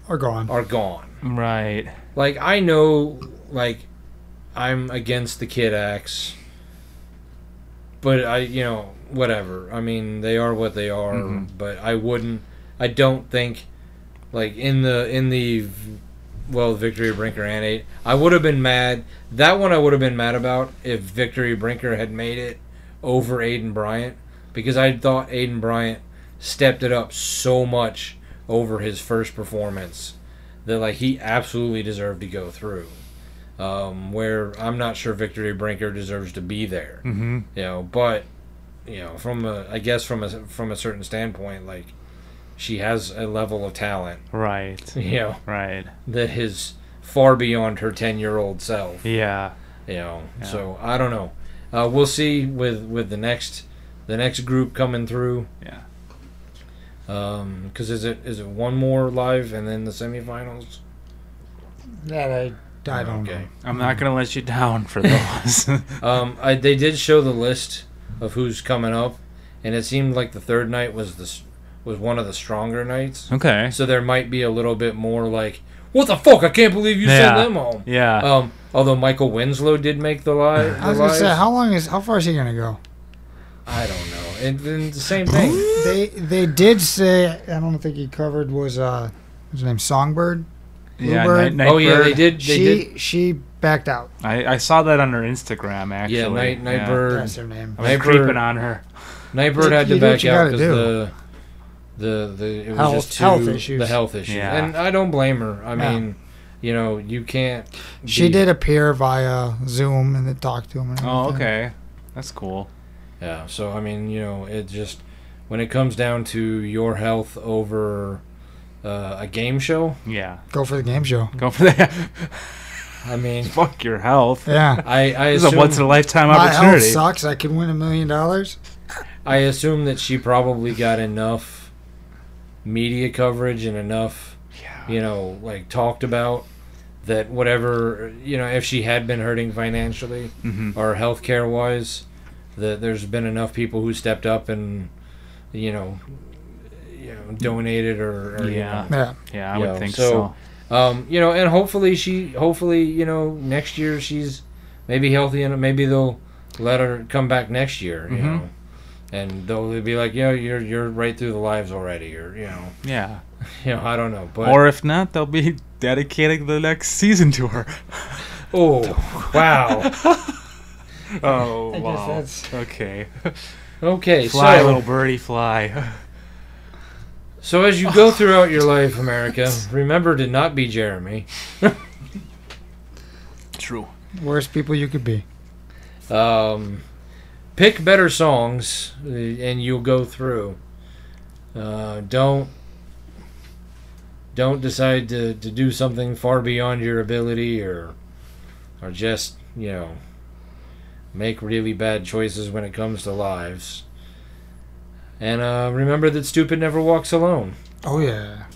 [SPEAKER 2] or gone.
[SPEAKER 3] are gone
[SPEAKER 1] Right.
[SPEAKER 3] like i know like i'm against the kid acts but i you know whatever i mean they are what they are
[SPEAKER 1] Mhm.
[SPEAKER 3] but i wouldn't i don't think like in the in the well victory brinker and eight i would have been mad that one i would have been mad about if victory brinker had made it over aiden bryant because i thought aiden bryant stepped it up so much over his first performance that like he absolutely deserved to go through um, where i'm not sure victory brinker deserves to be there
[SPEAKER 1] Mm-hmm.
[SPEAKER 3] you know but you know from a i guess from a from a certain standpoint like she has a level of talent
[SPEAKER 1] Right.
[SPEAKER 3] you know
[SPEAKER 1] Right.
[SPEAKER 3] that is far beyond her 10 year old self
[SPEAKER 1] Yeah.
[SPEAKER 3] you know
[SPEAKER 1] Yeah.
[SPEAKER 3] so i don't know uh, we'll see with with the next the next group coming through Um,
[SPEAKER 1] Yeah.
[SPEAKER 3] because is it is it one more live and then the semifinals
[SPEAKER 2] That I, I don't
[SPEAKER 3] Okay.
[SPEAKER 1] I'm not gonna let you down for those.
[SPEAKER 3] Um, I, they did show the list of who's coming up, and it seemed like the third night was the s- was one of the stronger nights.
[SPEAKER 1] okay.
[SPEAKER 3] So there might be a little bit more like, "What the fuck? I can't believe you
[SPEAKER 1] Yeah.
[SPEAKER 3] sent them home."
[SPEAKER 1] Yeah.
[SPEAKER 3] Um, although Michael Winslow did make the lie.
[SPEAKER 2] know. I was gonna say, how long is how far is he gonna go?
[SPEAKER 3] I don't know. And then the same thing.
[SPEAKER 2] They they did say I don't think he covered was uh what's his name Songbird.
[SPEAKER 1] yeah.
[SPEAKER 2] Bluebird.
[SPEAKER 1] Night,
[SPEAKER 3] oh yeah, they
[SPEAKER 1] Nightbird.
[SPEAKER 3] did. They
[SPEAKER 2] she
[SPEAKER 3] did.
[SPEAKER 2] she backed out.
[SPEAKER 1] I, I saw that on her Instagram actually.
[SPEAKER 3] Yeah, Night Nightbird.
[SPEAKER 2] That's her name.
[SPEAKER 1] I was
[SPEAKER 3] Nightbird-
[SPEAKER 1] creeping on her.
[SPEAKER 3] Nightbird
[SPEAKER 2] You-
[SPEAKER 3] had to
[SPEAKER 2] you do what
[SPEAKER 3] back
[SPEAKER 2] you
[SPEAKER 3] out
[SPEAKER 2] gotta
[SPEAKER 3] because
[SPEAKER 2] do.
[SPEAKER 3] the the the it was
[SPEAKER 2] Health-
[SPEAKER 3] just too,
[SPEAKER 2] health issues.
[SPEAKER 3] the health issues,
[SPEAKER 1] Yeah.
[SPEAKER 3] and I don't blame her. I
[SPEAKER 2] No.
[SPEAKER 3] mean, you know, you can't.
[SPEAKER 2] She
[SPEAKER 3] be-
[SPEAKER 2] did appear via Zoom and then talked to him. And
[SPEAKER 1] Oh,
[SPEAKER 2] everything.
[SPEAKER 1] okay. That's cool.
[SPEAKER 3] Yeah. So I mean, you know, it just when it comes down to your health over uh, a game show.
[SPEAKER 1] Yeah.
[SPEAKER 2] Go for the game show.
[SPEAKER 1] Go for that.
[SPEAKER 3] I mean,
[SPEAKER 1] Fuck your health.
[SPEAKER 2] Yeah.
[SPEAKER 3] I I
[SPEAKER 1] This is a
[SPEAKER 3] assume,
[SPEAKER 1] once in a lifetime
[SPEAKER 2] My health
[SPEAKER 1] opportunity.
[SPEAKER 2] sucks. I could win a million dollars.
[SPEAKER 3] I assume that she probably got enough media coverage and enough,
[SPEAKER 1] Yeah.
[SPEAKER 3] you know, like talked about that whatever you know if she had been hurting financially
[SPEAKER 1] Mhm.
[SPEAKER 3] or healthcare wise that there's been enough people who stepped up and you know you know donated or, or you
[SPEAKER 1] Yeah.
[SPEAKER 3] know,
[SPEAKER 2] Yeah.
[SPEAKER 1] Yeah,
[SPEAKER 3] Yeah,
[SPEAKER 1] I would think
[SPEAKER 3] so-
[SPEAKER 1] so.
[SPEAKER 3] Um, you know, and hopefully she, hopefully you know, next year she's maybe healthy and maybe they'll let her come back next year. You
[SPEAKER 1] Mhm.
[SPEAKER 3] know, and they'll, be like, yeah, you're you're right through the lives already, or you know,
[SPEAKER 1] Yeah.
[SPEAKER 3] you know, I don't know, but
[SPEAKER 1] Or if not, they'll be dedicating the next season to her.
[SPEAKER 3] oh wow,
[SPEAKER 1] Oh,
[SPEAKER 2] I guess
[SPEAKER 1] wow.
[SPEAKER 2] that's-
[SPEAKER 1] Okay.
[SPEAKER 3] okay,
[SPEAKER 1] Fly,
[SPEAKER 3] so
[SPEAKER 1] little birdie, fly.
[SPEAKER 3] so as you go throughout your life, America, remember to not be Jeremy.
[SPEAKER 1] True.
[SPEAKER 2] Worst people you could be.
[SPEAKER 3] Um, pick better songs, uh, and you'll go through. Uh, don't don't decide to, to do something far beyond your ability, or or just you know make really bad choices when it comes to lives. And uh, remember that stupid never walks alone.
[SPEAKER 2] Oh yeah.